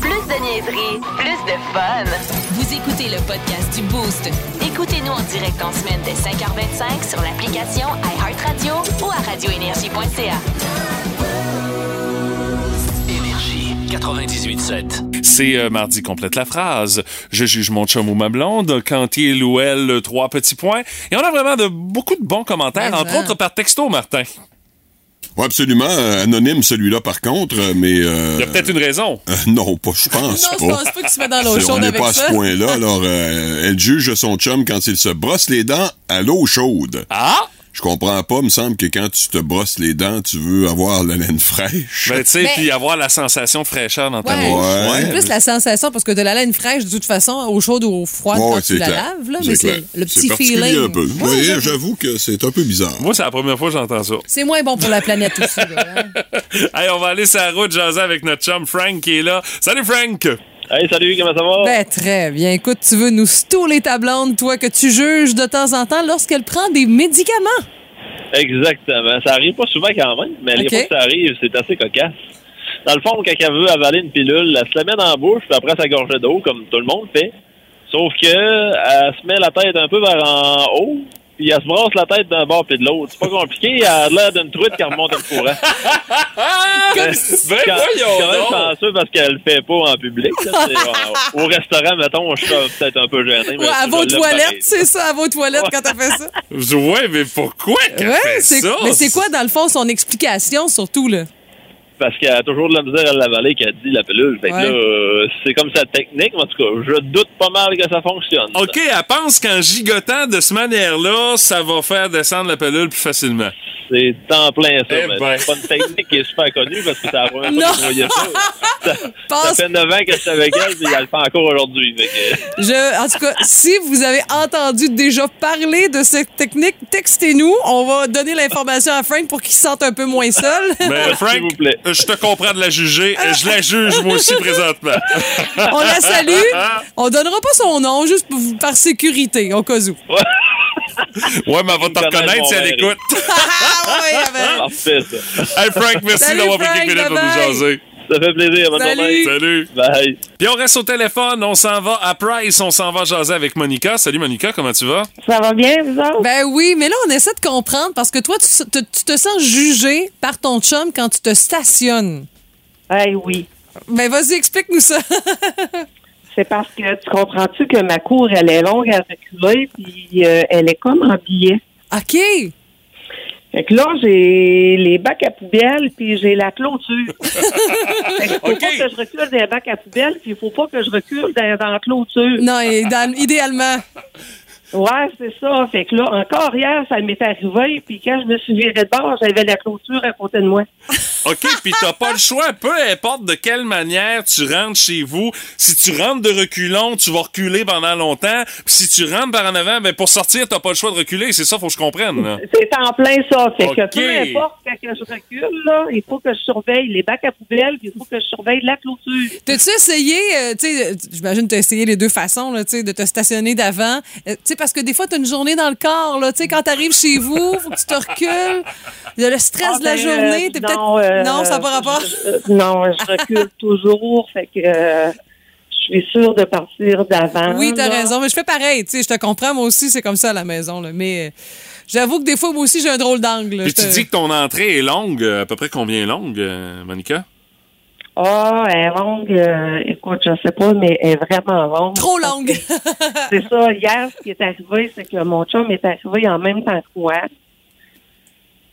Plus de niaiserie, plus de fun. Vous écoutez le podcast du Boost. Écoutez-nous en direct en semaine dès 5h25 sur l'application iHeartRadio ou à radioénergie.ca. 98.7. C'est euh, mardi complète la phrase. Je juge mon chum ou ma blonde quand il ou elle euh, trois petits points. Et on a vraiment de beaucoup de bons commentaires, entre autres par texto, Martin. Ouais, absolument. euh, anonyme, celui-là, par contre, euh, mais... Il y a peut-être une raison. non, pas, je pense Non, pas. je pense pas que tu te mets dans l'eau C'est- On chaude n'est avec pas à ça. ce [LAUGHS] point-là. Alors, euh, elle juge son chum quand il se brosse les dents à l'eau chaude. Ah! Je comprends pas, me semble que quand tu te brosses les dents, tu veux avoir la laine fraîche. Ben, tu sais, Mais- puis avoir la sensation de fraîcheur dans ta [LAUGHS] Ouais. bouche. hein. C'est plus la sensation, parce que de la laine fraîche, de toute façon, au chaud ou au froid, Ouais, quand c'est tu la clair. laves, là, mais clair. c'est le C'est petit particulier feeling. un peu. Ouais, Oui, j'avoue. j'avoue que c'est un peu bizarre. Moi, c'est la première fois que [LAUGHS] j'entends ça. C'est moins bon pour la planète aussi. là. Hey, on va aller sur la route jaser avec notre chum Frank qui est là. Salut Frank! Hey, salut, comment ça va? Oh. Ben, très bien. Écoute, tu veux nous stouler ta blonde, toi, que tu juges de temps en temps lorsqu'elle prend des médicaments. Exactement. Ça arrive pas souvent quand même, mais Ok. les fois que ça arrive, c'est assez cocasse. Dans le fond, quand elle veut avaler une pilule, elle se la met dans la bouche, puis après, ça gorge d'eau, comme tout le monde fait. Sauf que elle se met la tête un peu vers en haut, puis elle se brasse la tête d'un bord puis de l'autre. C'est pas compliqué, elle a l'air d'une truite qui remonte un [LAUGHS] courant. Ah! Comme si- Quand- Ben voyons quand même donc. chanceux parce qu'elle le fait pas en public. là. C'est- euh, [LAUGHS] au au restaurant, mettons, je suis peut-être un peu gêné. mais Ouais, à Eh ben, je vos l'aime toilettes, pareil. c'est ça, à vos toilettes quand t'as fait ça. Ouais, mais pourquoi qu'elle Ouais, fait c'est- ça? mais c'est quoi, dans le fond, son explication surtout, là? parce qu'elle a toujours de la misère à l'avaler qu'elle dit la pilule. Fait que Ouais. là, euh, c'est comme sa technique, mais en tout cas, je doute pas mal que ça fonctionne. OK, elle pense qu'en gigotant de cette manière-là, ça va faire descendre la pilule plus facilement. C'est en plein ça. Eh mais ben. C'est pas une technique qui est super connue parce que ça la Ah, première fois Non. que [LAUGHS] je voyais ça. Ça, ça fait 9 ans que je suis avec elle et elle le fait encore aujourd'hui. Fait que- Je, en tout cas, si vous avez entendu déjà parler de cette technique, textez-nous. On va donner l'information à Frank pour qu'il se sente un peu moins seul. [LAUGHS] Mais [LAUGHS] Frank, je te comprends de la juger et je la juge moi aussi présentement. [LAUGHS] On la salue. On donnera pas son nom, juste pour vous- par sécurité, au cas où. Ouais, [LAUGHS] mais elle va t'en reconnaître si elle écoute. Ah, ben. Parfait, ça. Hey Frank, merci Salut, d'avoir pris Frank, quelques minutes pour nous bye-bye. jaser. Ça fait plaisir. Bonne journée. Salut. Bye. Puis on reste au téléphone, on s'en va à Price, on s'en va jaser avec Monica. Salut Monica, comment tu vas? Ça va bien, vous autres? Ben oui, mais là, on essaie de comprendre parce que toi, tu, se- te- tu te sens jugé par ton chum quand tu te stationnes. Eh oui. Ben vas-y, explique-nous ça. [LAUGHS] C'est parce que tu comprends-tu que ma cour, elle est longue à reculer, puis euh, elle est comme en billet. OK. Fait que là, j'ai les bacs à poubelle, puis j'ai la [LAUGHS] clôture. fait que faut pas que je recule des bacs à poubelle, puis il faut pas que je recule dans, dans la clôture. Non, idéalement. Ouais, c'est ça. Fait que là, encore hier, ça m'est arrivé, puis quand je me suis virée de bord, j'avais la clôture à côté de moi. OK, puis t'as pas le choix, peu importe de quelle manière tu rentres chez vous. Si tu rentres de reculons, tu vas reculer pendant longtemps. Puis si tu rentres par en avant, ben pour sortir, t'as pas le choix de reculer. C'est ça, faut que je comprenne. là. C'est en plein ça. Fait Ok. que peu importe quand que je recule, là, il faut que je surveille les bacs à poubelle, puis il faut que je surveille la clôture. T'as-tu essayé, euh, tu sais, euh, j'imagine que t'as essayé les deux façons, là, tu sais, de te stationner d'avant. Euh, tu sais, parce que des fois, t'as une journée dans le corps, là, tu sais, quand t'arrives chez vous, faut que tu te recules. Il y a le stress Ah, de la ben, journée, euh, t'es peut-être... non, euh, non, ça n'a pas rapport. Euh, non, je [LAUGHS] recule toujours. Fait que euh, je suis sûre de partir d'avant. Oui, t'as là. raison, mais je fais pareil, tu sais, je te comprends, moi aussi, c'est comme ça à la maison, là, mais euh, j'avoue que des fois, moi aussi, j'ai un drôle d'angle. là, Puis je tu te- [LAUGHS] dis que ton entrée est longue, euh, à peu près combien longue, euh, Monica? Ah, elle est longue. euh, écoute, je sais pas, mais elle est vraiment longue. Trop longue. c'est ça. Hier, ce qui est arrivé, c'est que mon chum est arrivé en même temps que moi.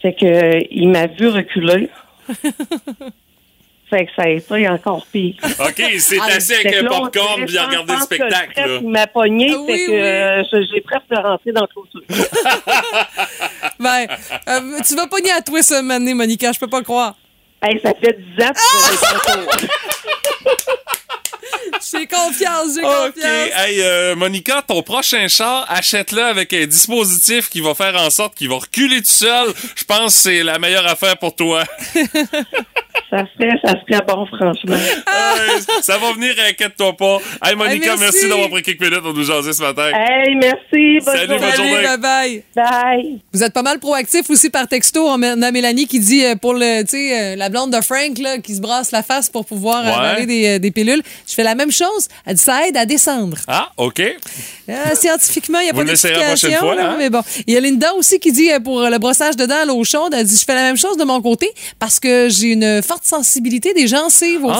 Fait que euh, il m'a vu [LAUGHS] reculer. fait que ça a été encore pire. OK, c'est Ah, assis avec fait que un là, on popcorn dirait, puis à je regarder le pense que spectacle. stress, là. Il m'a pogné, Ah, fait oui, que oui. euh, je- j'ai presque rentré dans le clôture. Ben, euh, tu vas pogner à toi ce mané, Monica, je peux pas le croire. Hey, ça fait 10 ans que [LAUGHS] J'ai confiance, j'ai OK. Hey, euh, Monica, ton prochain char, achète-le avec un dispositif qui va faire en sorte qu'il va reculer tout seul. Je pense que c'est la meilleure affaire pour toi. ça serait, ça serait bon, franchement. Hey, [LAUGHS] ça va venir, inquiète-toi pas. Hey, Monica, Hey, merci. merci, d'avoir pris quelques minutes pour nous jaser ce matin. Hey, merci. Bonne Salut, bonne journée. Bye bye. Bye. Vous êtes pas mal proactif aussi par texto. On a Mélanie qui dit euh, pour le, tu sais, euh, la blonde de Frank là, qui se brasse la face pour pouvoir Ouais. avaler des, euh, des pilules. Je fais la même chose. Elle dit ça aide à descendre. Ah, OK. Ah. Euh, scientifiquement, il n'y a Vous pas l'essayerez la d'explication. prochaine fois, là, hein? Mais bon, il y a Linda aussi qui dit euh, pour le brossage de dents à l'eau chaude, elle dit je fais la même chose de mon côté parce que j'ai une forte sensibilité des gencives au Ah,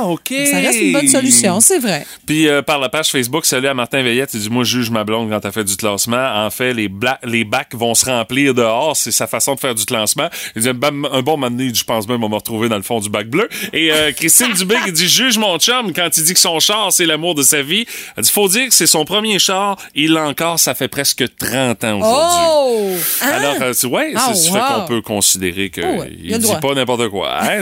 froid. OK. Ça reste une bonne solution, c'est vrai. Puis euh, par la page Facebook, salut à Martin Veillette. Il dit Moi, juge ma blonde quand elle fait du classement. En fait, les, bla- les bacs vont se remplir dehors. C'est sa façon de faire du classement. Il dit Bam, Un bon moment donné, je pense même, on m'a retrouvé dans le fond du bac bleu. Et euh, Christine Dubé qui dit Juge mon chum quand il dit que son char, c'est l'amour de sa vie. Elle dit Faut dire que c'est son premier char. Il l'a encore, ça fait presque 30 ans aujourd'hui. Oh! Hein? Alors, euh, c'est- ouais, Ah, c'est ce fait wow. qu'on peut considérer qu'il Oh, ouais, il a ne le dit droit. pas n'importe quoi. hein.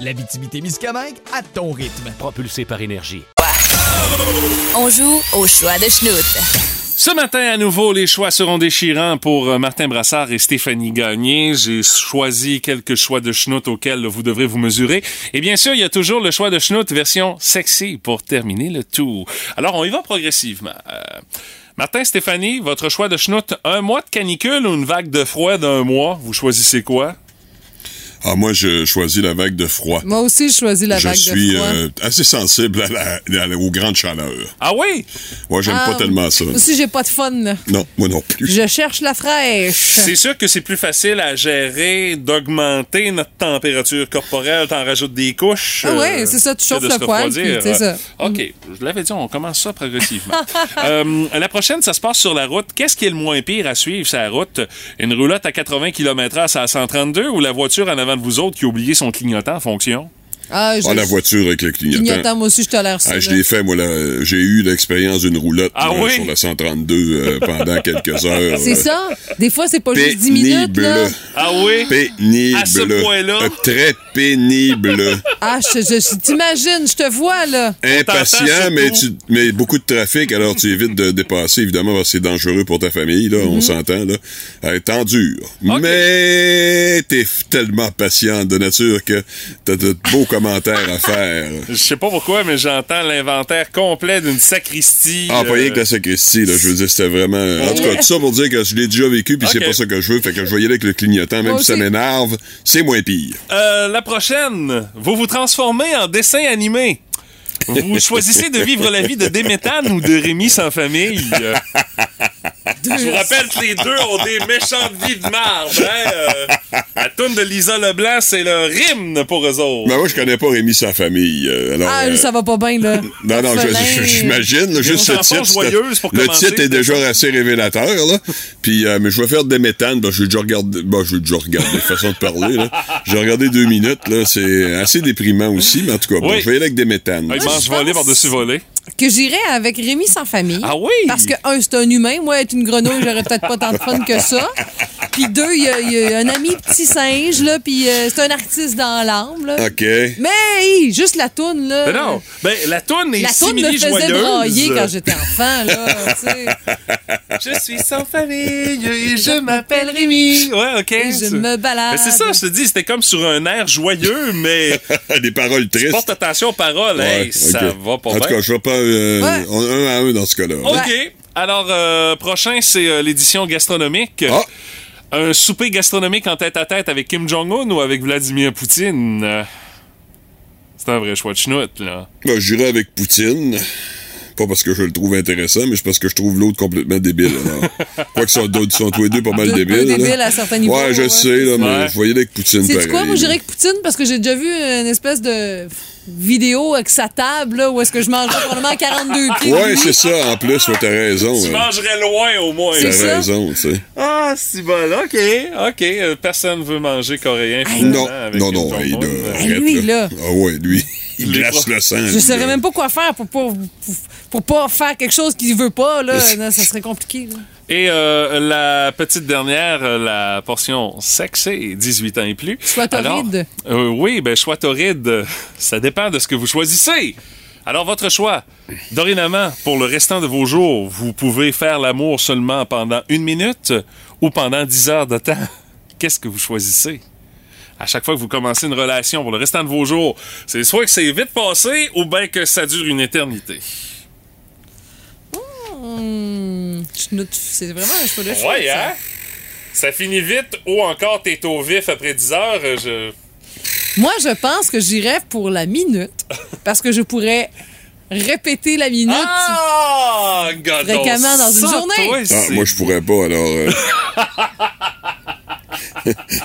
L'Abitibi-Témiscamingue à ton rythme. Propulsé par énergie. On joue au choix de schnout. Ce matin, à nouveau, les choix seront déchirants pour euh, Martin Brassard et Stéphanie Gagné. J'ai choisi quelques choix de schnout auxquels vous devrez vous mesurer. Et bien sûr, il y a toujours le choix de schnout version sexy pour terminer le tour. Alors, on y va progressivement. Euh, Martin, Stéphanie, votre choix de schnout, un mois de canicule ou une vague de froid d'un mois, vous choisissez quoi? Ah, moi, je choisis la vague de froid. Moi aussi, je choisis la je vague suis de froid. euh, assez sensible à la- à la- aux grandes chaleurs. Ah oui? Moi, j'aime Ah, pas tellement ça. Moi aussi, j'ai pas de fun. là. Non, moi non plus. Je cherche la fraîche. C'est sûr que c'est plus facile à gérer, d'augmenter notre température corporelle, t'en rajoutes des couches. euh, Ah ouais, c'est ça, tu que chauffes de le se poêle, refroidir. puis c'est ça. Mm. OK, je l'avais dit, on commence ça progressivement. [LAUGHS] [LAUGHS] Euh, la prochaine, ça se passe sur la route. Qu'est-ce qui est le moins pire à suivre, sa route? Une roulotte à 80 km/h, c'est à 132, ou la voiture en avant de vous autres qui a oublié son clignotant en fonction? Ah, je- Ah, la voiture avec le clignotant. Clignotant, moi aussi, je tolère ça. Ah, je là. l'ai fait, moi, là. j'ai eu l'expérience d'une roulotte Ah là, oui? sur la 132 euh, [LAUGHS] pendant quelques heures. C'est Euh, ça. Des fois, c'est pas juste 10 minutes. Pénible. Là. Ah oui? Pénible. À ce point-là? Euh, Très [LAUGHS] pénible. Ah, je, je- je- t'imagines, je te vois, là. Impatient, mais, tu, mais beaucoup de trafic, alors tu évites de dépasser, évidemment, parce que c'est dangereux pour ta famille, là, Mm-hmm. on s'entend, là. Euh, t'en dures. Mais t'es f- tellement patient de nature que t'as de beaux commentaires à faire. Je sais pas pourquoi, mais j'entends l'inventaire complet d'une sacristie. Ah, pas euh, rien que la sacristie, là, je veux dire, c'était vraiment... euh, En tout cas, tout ça pour dire que je l'ai déjà vécu, puis Ok. c'est pas ça que je veux, fait que je voyais avec le clignotant, même Moi si ça aussi. m'énerve, c'est moins pire. Euh, la prochaine, vous vous transformez en dessin animé. Vous choisissez de vivre la vie de Déméthane ou de Rémi sans famille. Euh, Je vous rappelle que les deux ont des méchantes vies de marbre. Hein? euh. la toune de Lisa Leblanc, c'est leur hymne pour eux autres. Mais moi, je connais pas Rémi sa famille, euh, alors... Ah, euh, lui, ça va pas bien, là. [LAUGHS] Non, non, je- Orphelin. je- j'imagine. là, Des Juste le chansons titre. c'est- joyeuses pour le commencer. titre est déjà assez révélateur. Là. Puis, euh, mais je vais faire des méthanes. Ben, je vais déjà regarder. Ben, je vais déjà regarder. façon de parler. Là. J'ai regardé deux minutes. Là. C'est assez déprimant aussi. Mais en tout cas, bon, Oui. je vais aller avec des méthanes. Ah, il mange volé par-dessus volé. Que j'irais avec Rémi sans famille. Ah oui? Parce que, un, c'est un humain. Moi, être une grenouille, j'aurais peut-être pas tant de fun que ça. Puis deux, il y, a- il y a un ami petit singe, là, puis euh, c'est un artiste dans l'âme, là. OK. [LAUGHS] Mais, hey, juste la toune, là. Mais non, ben, la toune est La toune me simili faisait joyeuse. brailler quand j'étais enfant, là, tu sais. Je suis sans famille et [LAUGHS] je m'appelle Rémi. Ouais, OK. Et je me balade. Mais c'est ça, je te dis, c'était comme sur un air joyeux, mais. [LAUGHS] Des paroles tristes. Porte attention aux paroles, Ouais, hey, ça OK. va pas En bien. tout cas, je vais pas. euh, Ouais. on- un à un dans ce cas-là. OK. Alors, euh, prochain, c'est euh, l'édition gastronomique. Ah. Un souper gastronomique en tête à tête avec Kim Jong-un ou avec Vladimir Poutine? Euh, C'est un vrai choix de chenoute, là. Ben, j'irai avec Poutine. Pas parce que je le trouve intéressant, mais c'est parce que je trouve l'autre complètement débile. [LAUGHS] alors. Quoique sont, d'autres sont tous les deux pas mal Deux peu débiles. là. débiles à certains niveaux, Ouais, je ouais. sais, là, mais Ouais. je voyais avec Poutine C'est pareil. quoi, moi, j'irais avec Poutine parce que j'ai déjà vu une espèce de vidéo avec sa table, là, où est-ce que je mangerais probablement à 42 Ah, pieds. Ouais, c'est ça, en plus, ouais, t'as raison. Tu hein. mangerais loin, au moins. T'as raison, tu sais. Ah, c'est bon, OK. OK, euh, personne veut manger coréen, Non, finalement, avec non, Kim non, Jong-un. hey, là, arrête, lui, là. Ah ouais, lui, il Les glace pro- le sang. Je lui, saurais hein. là. même pas quoi faire pour pas, pour, pour pas faire quelque chose qu'il veut pas, là. Non, ça serait compliqué, là. Et euh, la petite dernière, euh, la portion sexy, 18 ans et plus. Choix torride. Alors, euh, oui, ben choix torride, euh, ça dépend de ce que vous choisissez. Alors votre choix, dorénavant, pour le restant de vos jours, vous pouvez faire l'amour seulement pendant une minute euh, ou pendant 10 heures de temps. [LAUGHS] Qu'est-ce que vous choisissez? À chaque fois que vous commencez une relation pour le restant de vos jours, c'est soit que c'est vite passé ou bien que ça dure une éternité. Hum, chenoute, c'est vraiment un choix de choix, Ouais, ça. hein? Ça finit vite ou encore t'es au vif après 10 heures. euh, Je... Moi, je pense que j'irais pour la minute parce que je pourrais répéter la minute. Ah! God, Fréquemment on dans une sent, journée. toi, Ah, c'est- moi, je pourrais pas, alors. [LAUGHS] euh,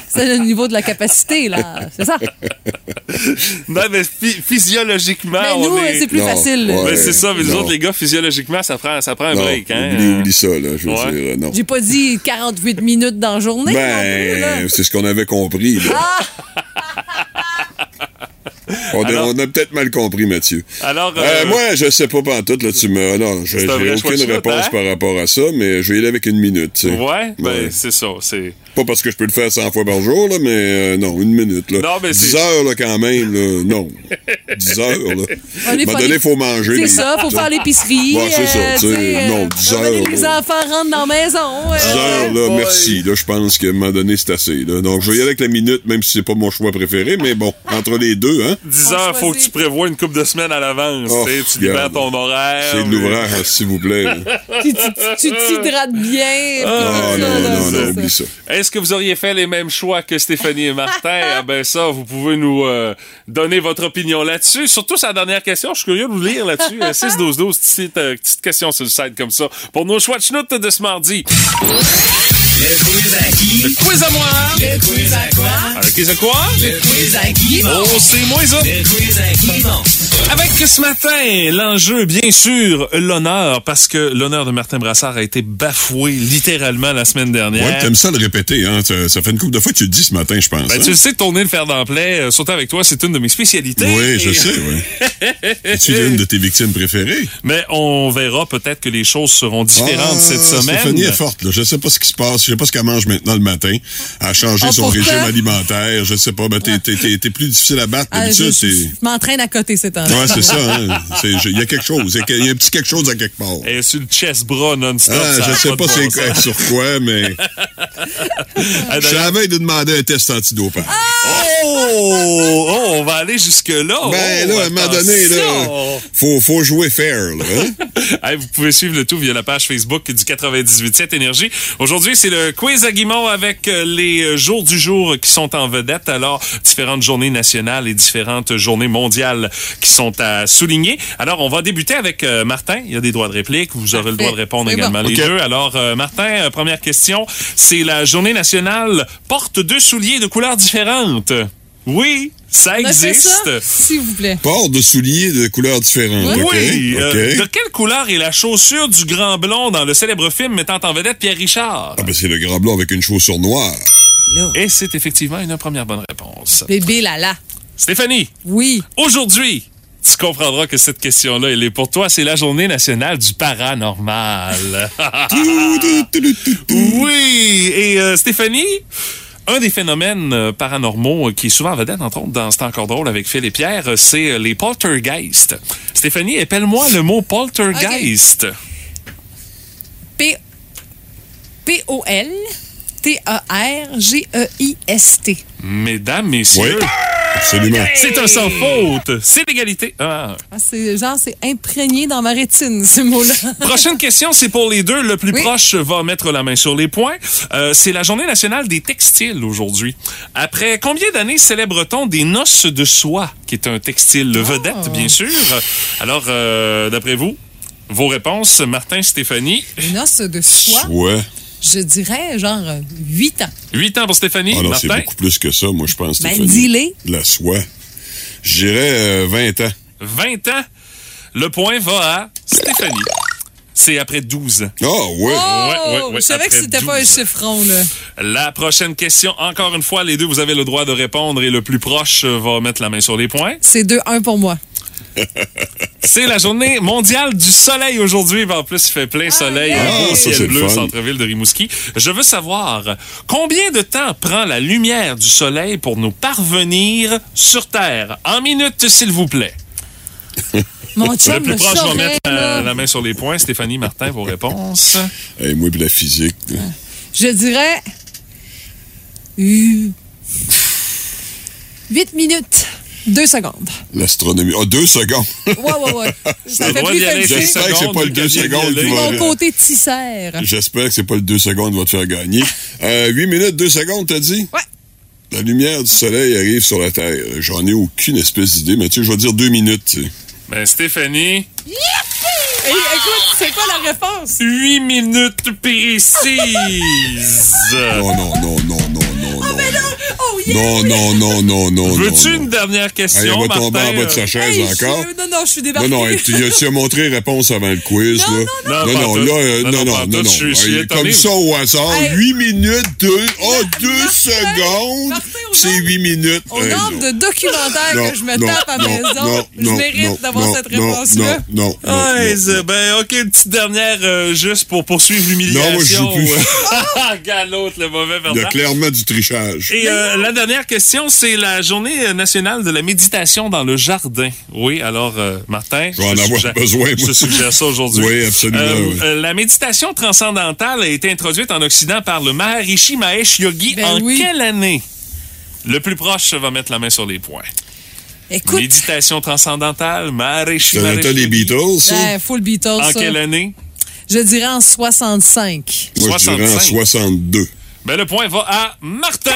C'est le niveau de la capacité, là. [LAUGHS] C'est ça? non, mais phy- physiologiquement, Mais on nous, est... c'est plus Non, facile. ouais. Ben, c'est ça, mais les Non. autres, les gars, physiologiquement, ça prend, ça prend un non, break. Hein? oublie, Euh, oublie ça, là, je veux Ouais. dire, euh, non. J'ai pas dit 48 minutes dans la journée. Ben, c'est ce qu'on avait compris, là. [LAUGHS] Ah! On a, Alors- on a peut-être mal compris, Mathieu. Alors, Euh, euh, moi, je sais pas pantoute, là, tu me... ah Non, je- C'est j'ai un vrai aucune choix de chenoute, réponse hein? par rapport à ça, mais je vais y aller avec une minute, tu sais. Ouais, ben, Ouais. c'est ça. C'est... Pas parce que je peux le faire 100 fois par jour, là, mais euh, non, une minute. Là. Non, mais 10 c'est- heures, là, quand même, là, [LAUGHS] non. 10 heures, là. On À un est moment pas donné, les- il faut manger. C'est les- ça, faut faire l'épicerie. Ouais, c'est ça, euh, tu sais. Non, euh, 10 heures. ramener Les là. enfants rentrent dans la maison. euh. 10 heures, là, merci. Là, je pense qu'à un moment donné, c'est assez. Là. Donc, je vais y aller avec la minute, même si c'est pas mon choix préféré, mais bon, entre les deux, hein. 10 heures, faut que tu prévois une couple de semaines à l'avance. Oh, tu sais, tu regarde. libères ton horaire. C'est de mais- l'ouvrage, hein, s'il vous plaît. là. Puis tu tu- tu t'hydrates bien. puis Ah, tout ça, Ah, non, non, là, c'est non, ça. oublie ça. Est-ce Est-ce que vous auriez fait les mêmes choix que Stéphanie et Martin? ah ben ça, vous pouvez nous euh, donner votre opinion là-dessus. Surtout sa dernière question, je suis curieux de vous lire là-dessus. Euh, 6-12-12, petite, euh, petite question sur le site comme ça. Pour nos choix de schnout de ce mardi. Le quiz à qui? Le quiz à moi! Le quiz à quoi? Alors, qui c'est quoi? Le quiz à qui? bon? Oh, c'est moi ça! Le quiz à qui? bon? Avec ce matin, l'enjeu, bien sûr, l'honneur, parce que l'honneur de Martin Brassard a été bafoué littéralement la semaine dernière. Ouais, t'aimes ça le répéter, hein? Ça, ça fait une couple de fois que tu le dis ce matin, je pense. Ben, hein? tu le sais, tourner le fer d'emploi, euh, sauter avec toi, c'est une de mes spécialités. Oui, je Et- sais, oui. [LAUGHS] Es-tu une de tes victimes préférées? Mais on verra peut-être que les choses seront différentes Ah, cette semaine. Stéphanie est forte, là. Je sais pas ce qui se passe. Je sais pas ce qu'elle mange maintenant le matin. Elle a changé Ah, son pourquoi? régime alimentaire. Je sais pas. Ben, t'es, t'es- t'es- t'es plus difficile à battre Ah, je d'habitude. je- t'es- je m'entraîne à côté ces temps-là. Ouais, c'est ça. hein. C'est- je- Il y a quelque chose. Il y a un petit quelque chose à quelque part. Et sur le chest bras non-stop. Ah, ça a je sais de pas bon c'est sens. quoi- sur quoi, [LAUGHS] mais Ah, je suis à la veille de demander un test antidopage. Oh! Oh, on va aller jusque-là. ben Oh, là, à un moment donné, là, attention. faut, faut jouer fair, là. hein. [LAUGHS] Hey, vous pouvez suivre le tout via la page Facebook du 98.7 Énergie. Aujourd'hui, c'est le quiz à Guimont avec euh, les euh, jours du jour qui sont en vedette. Alors, différentes journées nationales et différentes journées mondiales qui sont à souligner. Alors, on va débuter avec euh, Martin. Il y a des droits de réplique. Vous aurez le droit de répondre C'est bon. également les Ok. deux. Alors, euh, Martin, euh, première question. C'est la journée nationale porte deux souliers de couleurs différentes. Oui, ça Ne fais existe. ça, s'il vous plaît. Port de souliers de couleurs différentes. Oui, Mmh. OK? euh, OK. de quelle couleur est la chaussure du grand blond dans le célèbre film mettant en vedette Pierre Richard? Ah, ben c'est le grand blanc avec une chaussure noire. Et c'est effectivement une première bonne réponse. [LAUGHS] Bébé Lala. Stéphanie. Oui. Aujourd'hui, tu comprendras que cette question-là, elle est pour toi. C'est la journée nationale [LAUGHS] du paranormal. [LAUGHS] oui. Et euh, Stéphanie? Un des phénomènes euh, paranormaux euh, qui est souvent en vedette, entre autres, dans C'est encore drôle avec Phil et Pierre, euh, c'est euh, les poltergeists. Stéphanie, épelle-moi le mot poltergeist. P- P-O-L-T-A-R-G-E-I-S-T. Mesdames, messieurs. absolument. C'est un sans faute. C'est l'égalité. Un à un. Ah, c'est genre, c'est imprégné dans ma rétine, ce mot-là. Prochaine question, c'est pour les deux. Le plus Oui. proche va mettre la main sur les points. Euh, c'est la journée nationale des textiles aujourd'hui. Après combien d'années célèbre-t-on des noces de soie, qui est un textile vedette, bien sûr? Alors, euh, d'après vous, vos réponses, Martin, Stéphanie. Une noce de soie, Ouais. je dirais genre 8 ans. 8 ans pour Stéphanie. Ah non, c'est Martin, beaucoup plus que ça, moi, je pense. Ben, Stéphanie. dis-les. De La soie. Je dirais euh, 20 ans. 20 ans. Le point va à Stéphanie. C'est après 12 ans. Ah, ouais. Oh, Ouais, ouais, ouais, je savais que après c'était pas un 12. chiffron, là. La prochaine question, encore une fois, les deux, vous avez le droit de répondre et le plus proche euh, va mettre la main sur les points. C'est 2-1 pour moi. C'est la journée mondiale du soleil aujourd'hui. En plus, il fait plein soleil. Un beau Ah, ça, ciel c'est le bleu, fun. centre-ville de Rimouski. Je veux savoir combien de temps prend la lumière du soleil pour nous parvenir sur Terre. En minutes, s'il vous [LAUGHS] plaît. Mon le chum plus le proche va saurait, mettre euh, là. la main sur les points. Stéphanie, Martin, vos réponses. Et moi, puis la physique. là. Je dirais 8 minutes, 2 [LAUGHS] secondes. L'astronomie. Ah, deux secondes. Ouais, ouais, [LAUGHS] ouais. Ça T'as me le droit fait plus d'y aller penser. cinq J'espère que c'est pas le deux Gabriel secondes qui Lelay. va- Mon côté tisser. J'espère que c'est pas le deux secondes qui va te faire [LAUGHS] gagner. Euh, 8 minutes, 2 secondes, t'as dit? Ouais. La lumière du soleil arrive sur la Terre. J'en ai aucune espèce d'idée, mais tu sais, je vais dire deux minutes. tu sais. Ben, Stéphanie. Et écoute, c'est quoi la réponse? 8 minutes précises. Non, non, non, non, non, non, non. Oh, yeah! Non, non, non, non, non. Veux-tu non, une dernière question, Allez, elle va Martin? tomber en bas de sa chaise euh? Hey, encore. je- oh, Non, non, je suis débarquée. Non, non, tu tu as montré réponse avant le quiz, là. non, non. Non, pas en là, tout. euh, Non, non, non, non, pas en non, tout. non. Je suis- je suis Euh, étonné. Comme ça, au hasard, Hey. 8 minutes, 2, oh, 2 secondes, Martin, au c'est 8 minutes. Au Hey, nombre de documentaires non, que je me non, tape à non, maison, non, je non, non, mérite d'avoir non, cette non, réponse-là. Non, non, non, non, Ouais, non. c'est- ben, ok, une petite dernière euh, juste pour poursuivre Non, moi, je l'humiliation. euh, joue plus. [LAUGHS] [LAUGHS] plus. Galot, le mauvais Il y a Bernard. clairement du trichage. Et euh, la dernière question, c'est la journée nationale de la méditation dans le jardin. Oui, alors, euh, Martin, Je vais en te avoir suggère- besoin, Je moi. te suggère ça aujourd'hui. Oui, absolument, oui. euh, la méditation transcendantale a été introduite en Occident par le Maharishi Mahesh Yogi Ben en oui. quelle année? Le plus proche va mettre la main sur les points. Écoute, Méditation transcendantale, Maharishi C'est un Mahesh tas des Yogi. Beatles, ça? ben, full Beatles, En ça. quelle année? Je dirais en 65. Moi, je dirais en 65. 62. Ben, le point va à Martin.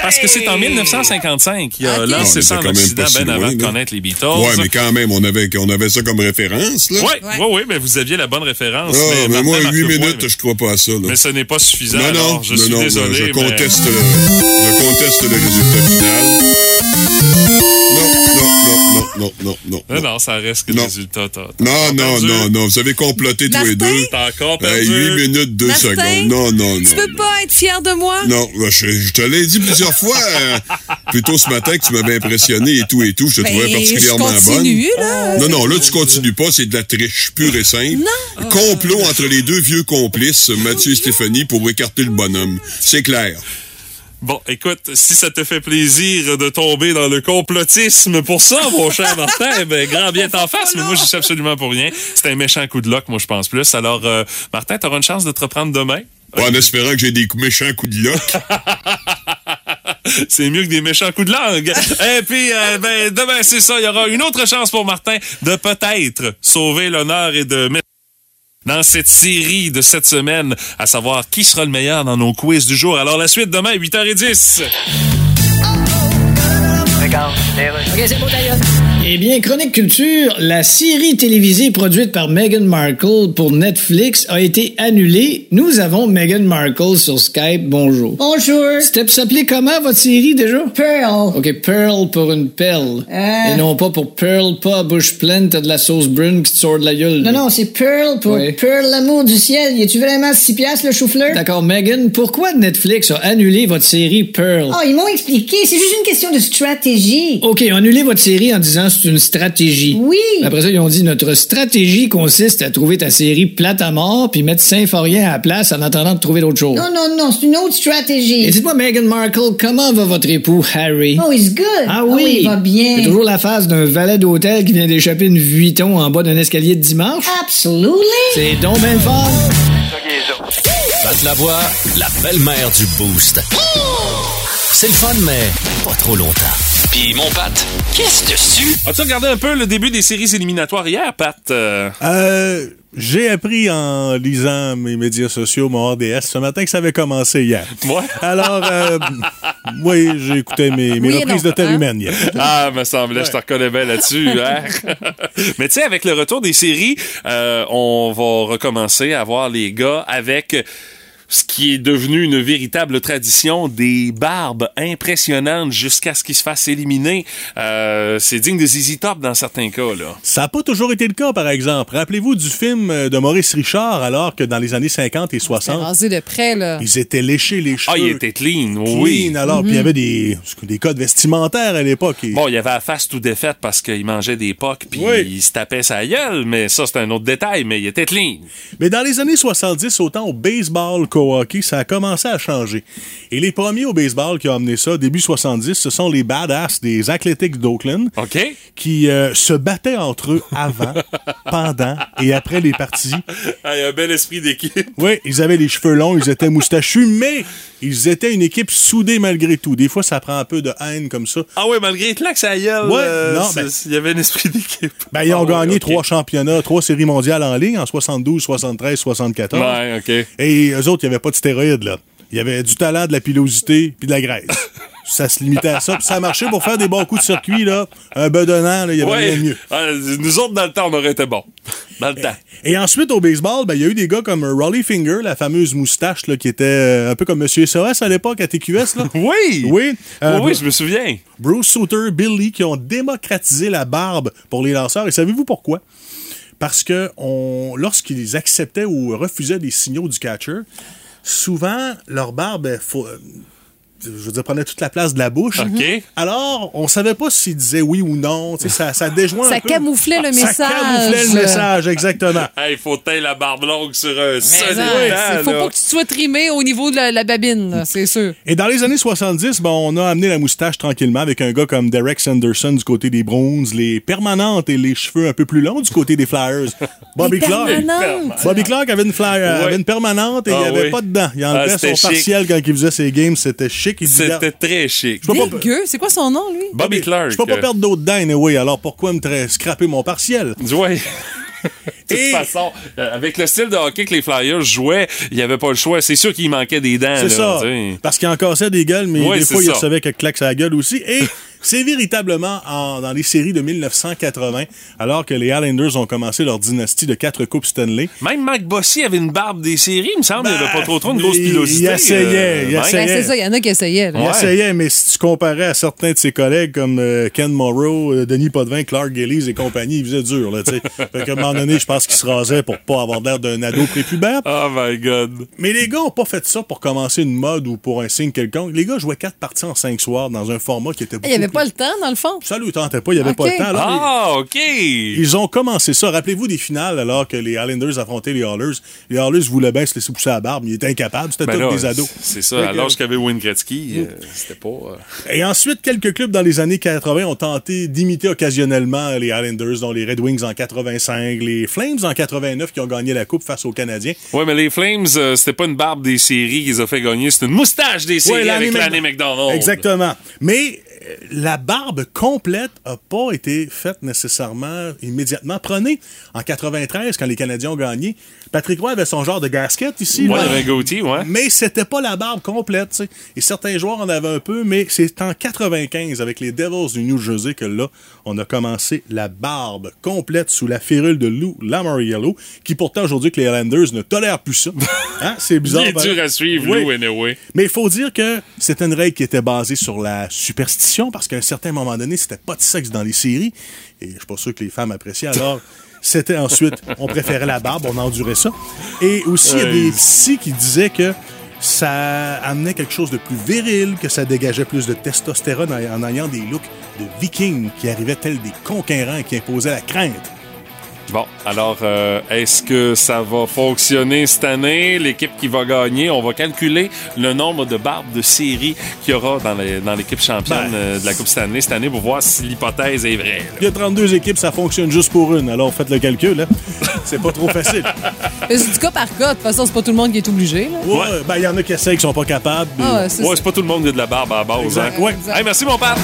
Parce que c'est en 1955 qu'il a Ah, Ok. lancé On ça en était quand même Occident, pas si ben loin, avant de là. connaître les Beatles. Ouais, mais quand même, on avait, on avait ça comme référence, là. Oui, oui, oui, mais vous aviez la bonne référence. Ah, mais, Martin moi, marque 8 le point, minutes, je crois pas à ça, là. mais ce n'est pas suffisant. non, non, alors je non, suis non, désolé. je mais- conteste, le, je conteste le résultat final. Non, non, non, non, non, non. Non, non, ça reste que le résultat. t'as- t'as Non, non, perdu. non, non, vous avez comploté tous les deux. T'as encore Euh, perdu. 8 minutes, 2 Martin, secondes. Non, non, non. Tu peux pas être fier de moi? Non, ben, je, je te l'ai dit plusieurs fois, euh, plus tôt ce matin, que tu m'avais impressionné et tout et tout. Je te Ben, trouvais particulièrement je continue, bonne. là. Non, non, là, tu continues pas. C'est de la triche pure et simple. Complot entre les deux vieux complices, Mathieu et Stéphanie, pour écarter le bonhomme. C'est clair. Bon, écoute, si ça te fait plaisir de tomber dans le complotisme pour ça, mon cher Martin, ben, grand bien t'en face, mais moi, je suis absolument pour rien. C'est un méchant coup de loc, moi, je pense plus. Alors, euh, Martin, t'auras une chance de te reprendre demain. en espérant que j'ai des méchants coups de loc. c'est mieux que des méchants coups de langue. Et puis, euh, ben, demain, c'est ça, il y aura une autre chance pour Martin de peut-être sauver l'honneur et de mettre dans cette série de cette semaine, à savoir qui sera le meilleur dans nos quiz du jour. Alors, la suite demain, 8h10. Eh bien, Chronique Culture, la série télévisée produite par Meghan Markle pour Netflix a été annulée. Nous avons Meghan Markle sur Skype. Bonjour. Bonjour. C'était pour s'appeler comment votre série déjà? Pearl. OK, Pearl pour une pelle. Et non pas pour Pearl, pas à bouche pleine, t'as de la sauce brune qui te sort de la gueule. Non, non, c'est Pearl pour Ouais. Pearl, l'amour du ciel. Y tu vraiment 6 piastres le chou-fleur? D'accord, Megan, pourquoi Netflix a annulé votre série Pearl? Oh, ils m'ont expliqué. C'est juste une question de stratégie. OK, on a annulé votre série en disant c'est une stratégie. Oui. Après ça, ils ont dit notre stratégie consiste à trouver ta série plate à mort puis mettre Symphorien à la place en attendant de trouver d'autres choses. Non, non, non, c'est une autre Oh. Et stratégie. dites-moi, Meghan Markle, comment va votre époux Harry? Oh, he's good. Ah Oh, oui! il va bien. C'est toujours la phase d'un valet d'hôtel qui vient d'échapper une Vuitton en bas d'un escalier de dimanche? Absolument. C'est donc ben fort! Pat Lavoie, la belle-mère du Boost. C'est le fun, mais pas trop longtemps. Puis mon Pat, qu'est-ce dessus? As-tu regardé un peu le début des séries éliminatoires hier, Pat? Euh, Euh, j'ai appris en lisant mes médias sociaux, mon RDS, ce matin que ça avait commencé hier. Alors, [LAUGHS] euh, oui, j'ai écouté mes, mes Oui et reprises non, de terre hein? humaine hier. [LAUGHS] Ah, me semblait, je te reconnais bien là-dessus. [LAUGHS] hein? [LAUGHS] Mais tu sais, avec le retour des séries, euh, on va recommencer à voir les gars avec ce qui est devenu une véritable tradition des barbes impressionnantes jusqu'à ce qu'ils se fassent éliminer. Euh, c'est digne de ZZ Top dans certains cas, là. Ça n'a pas toujours été le cas, par exemple. Rappelez-vous du film euh, de Maurice Richard, alors que dans les années 50 et 60, Rasé de près, là. ils étaient léchés les cheveux. Ah, il était clean, clean, oui. alors, puis il y avait des, des codes vestimentaires à l'époque. et- Bon, il avait la face tout défaite parce qu'il mangeait des pocs puis il se tapait sa gueule, mais ça, c'est un autre détail, mais il était clean. Mais dans les années 70, autant au baseball qu'au hockey, ça a commencé à changer. Et les premiers au baseball qui ont amené ça, début 70, ce sont les badass des Athletics d'Oakland qui euh, se battaient entre eux [LAUGHS] avant, pendant et après les parties. Ah, il a un bel esprit d'équipe. Oui, ils avaient les cheveux longs, ils étaient moustachus, mais ils étaient une équipe soudée malgré tout. Des fois, ça prend un peu de haine comme ça. Ah ouais, malgré que là que ça gueule, Ouais, euh, non, c'est- ben- il y avait un esprit d'équipe. Ben, ils ont Ah ouais, gagné ok. trois championnats, trois séries mondiales en ligne en 72, 73, 74. Ouais, ok. Et eux autres, il n'y avait pas de stéroïdes, là. Il y avait du talent, de la pilosité, puis de la graisse. ça se limitait à ça. Puis ça marchait pour faire des bons coups de circuit, là. Un bedonnant, là, il y avait [LAUGHS] Ouais. rien de mieux. Ah, nous autres, dans le temps, on aurait été bons. Dans [LAUGHS] le temps. Et ensuite, au baseball, ben, il y a eu des gars comme Raleigh Finger, la fameuse moustache, là, qui était euh, un peu comme Monsieur SOS à l'époque, à TQS, là. [LAUGHS] oui! Oui! euh, Oui, oui, je me souviens. Bruce Souter, Billy, qui ont démocratisé la barbe pour les lanceurs. Et savez-vous pourquoi? Parce que on- lorsqu'ils acceptaient ou refusaient des signaux du catcher, souvent, leur barbe, elle fou- euh, je veux dire, prenait toute la place de la bouche. OK. Alors, on savait pas s'ils disaient oui ou non. Tu sais, Ça, ça déjoint Ça un peu. Ah, camouflait le Ça message. camouflait le message, exactement. Il faut teindre la barbe longue sur un solide Non, temps, c'est- faut là. pas que tu sois trimé au niveau de la, la babine, là, c'est sûr. Et dans les années 70, ben, on a amené la moustache tranquillement avec un gars comme Derek Sanderson du côté des Browns, les permanentes et les cheveux un peu plus longs du côté des [LAUGHS] Flyers. Bobby Les Clark. permanentes. Bobby Clark avait une flyer, Ouais. avait une permanente et Ah il n'y avait oui. pas de dents. Il enlevait Ah, son c'était chic. partiel quand il faisait ses games, c'était chic. Il disait, C'était très chic. peux pas- Dégueu. C'est quoi son nom, lui? Bobby Clark. Je peux pas perdre d'autres dents, oui, alors pourquoi me tra- scraper mon partiel? Ouais. De toute façon, euh, avec le style de hockey que les Flyers jouaient, il n'y avait pas le choix. C'est sûr qu'il manquait des [LAUGHS] dents. C'est ça. là, tu sais. Parce qu'il en cassait des gueules, mais Oui, des c'est fois, il ça. recevait quelques claques à la gueule aussi. Et [LAUGHS] c'est véritablement en- dans les séries de 1980, alors que les Islanders ont commencé leur dynastie de quatre Coupes Stanley. Même Mike Bossy avait une barbe des séries, il me semble. il n'y avait pas trop trop une grosse Ben, il- pilosité. euh, il essayait, il Mike. essayait. Ben, c'est ça, il y en a qui essayaient. là. Il essayait, mais si tu comparais à certains de ses collègues comme euh, Ken Morrow, euh, Denis Podvin, Clark Gillies et compagnie, il faisait dur. Là, tu sais. [LAUGHS] fait qu'à un moment donné, je pense qu'il se rasait pour pas avoir l'air d'un ado prépubère. Oh [LAUGHS] my God. Mais les gars ont pas fait ça pour commencer une mode ou pour un signe quelconque. Les gars jouaient quatre parties en cinq soirs dans un format qui était Il beaucoup n'y avait pas le temps, dans le fond. Ça lui tentait pas, il n'y avait pas le temps. Alors, Ah, OK. Ils ont commencé ça. Rappelez-vous des finales alors que les Islanders affrontaient les Hallers. Les Hallers voulaient bien se laisser pousser la barbe, mais ils étaient incapables. C'était Ben tous là, des ados. C'est ça. Fait À que- l'âge qu'avait Wayne Gretzky, euh, c'était pas. euh, Et ensuite, quelques clubs dans les années 80 ont tenté d'imiter occasionnellement les Islanders, dont les Red Wings en 85, les Flames en 89 qui ont gagné la Coupe face aux Canadiens. Ouais, mais les Flames, euh, c'était pas une barbe des séries qu'ils ont fait gagner, c'était une moustache des séries Ouais, l'année avec Mac- l'année McDonald. Exactement. Mais euh, la barbe complète n'a pas été faite nécessairement immédiatement. Prenez, en 93, quand les Canadiens ont gagné, Patrick Roy avait son genre de gasket ici. Ouais, là. il avait un goatee, ouais. Mais c'était pas la barbe complète. tu sais. Et certains joueurs en avaient un peu, mais c'est en 95, avec les Devils du New Jersey, que là, on a commencé la barbe complète sous la férule de Lou Lamoriello, qui pourtant aujourd'hui que les Islanders ne tolèrent plus [LAUGHS] ça. Hein? C'est bizarre. Il est pareil. dur à suivre, Oui. Lou, anyway. Mais il faut dire que c'était une règle qui était basée sur la superstition, parce qu'à un certain moment donné, c'était pas de sexe dans les séries, et je suis pas sûr que les femmes appréciaient, alors c'était ensuite, on préférait la barbe, on endurait ça. Et aussi, il y a des Ouais. psys qui disaient que ça amenait quelque chose de plus viril, que ça dégageait plus de testostérone en, en ayant des looks de vikings qui arrivaient tels des conquérants et qui imposaient la crainte. Bon, alors, euh, est-ce que ça va fonctionner cette année? L'équipe qui va gagner, on va calculer le nombre de barbes de série qu'il y aura dans les- dans l'équipe championne Ben, euh, de la Coupe Stanley cette année pour voir si l'hypothèse est vraie. là. Il y a 32 équipes, ça fonctionne juste pour une, alors faites le calcul, hein. c'est pas trop facile. Mais c'est du cas par cas. De toute façon, c'est pas tout le monde qui est obligé. là. Ouais, ben il y en a qui essayent qui sont pas capables. Ah ouais, c'est Ouais, ça. c'est pas tout le monde qui a de la barbe à la base. Exact, hein? ouais. Hey, merci, mon père.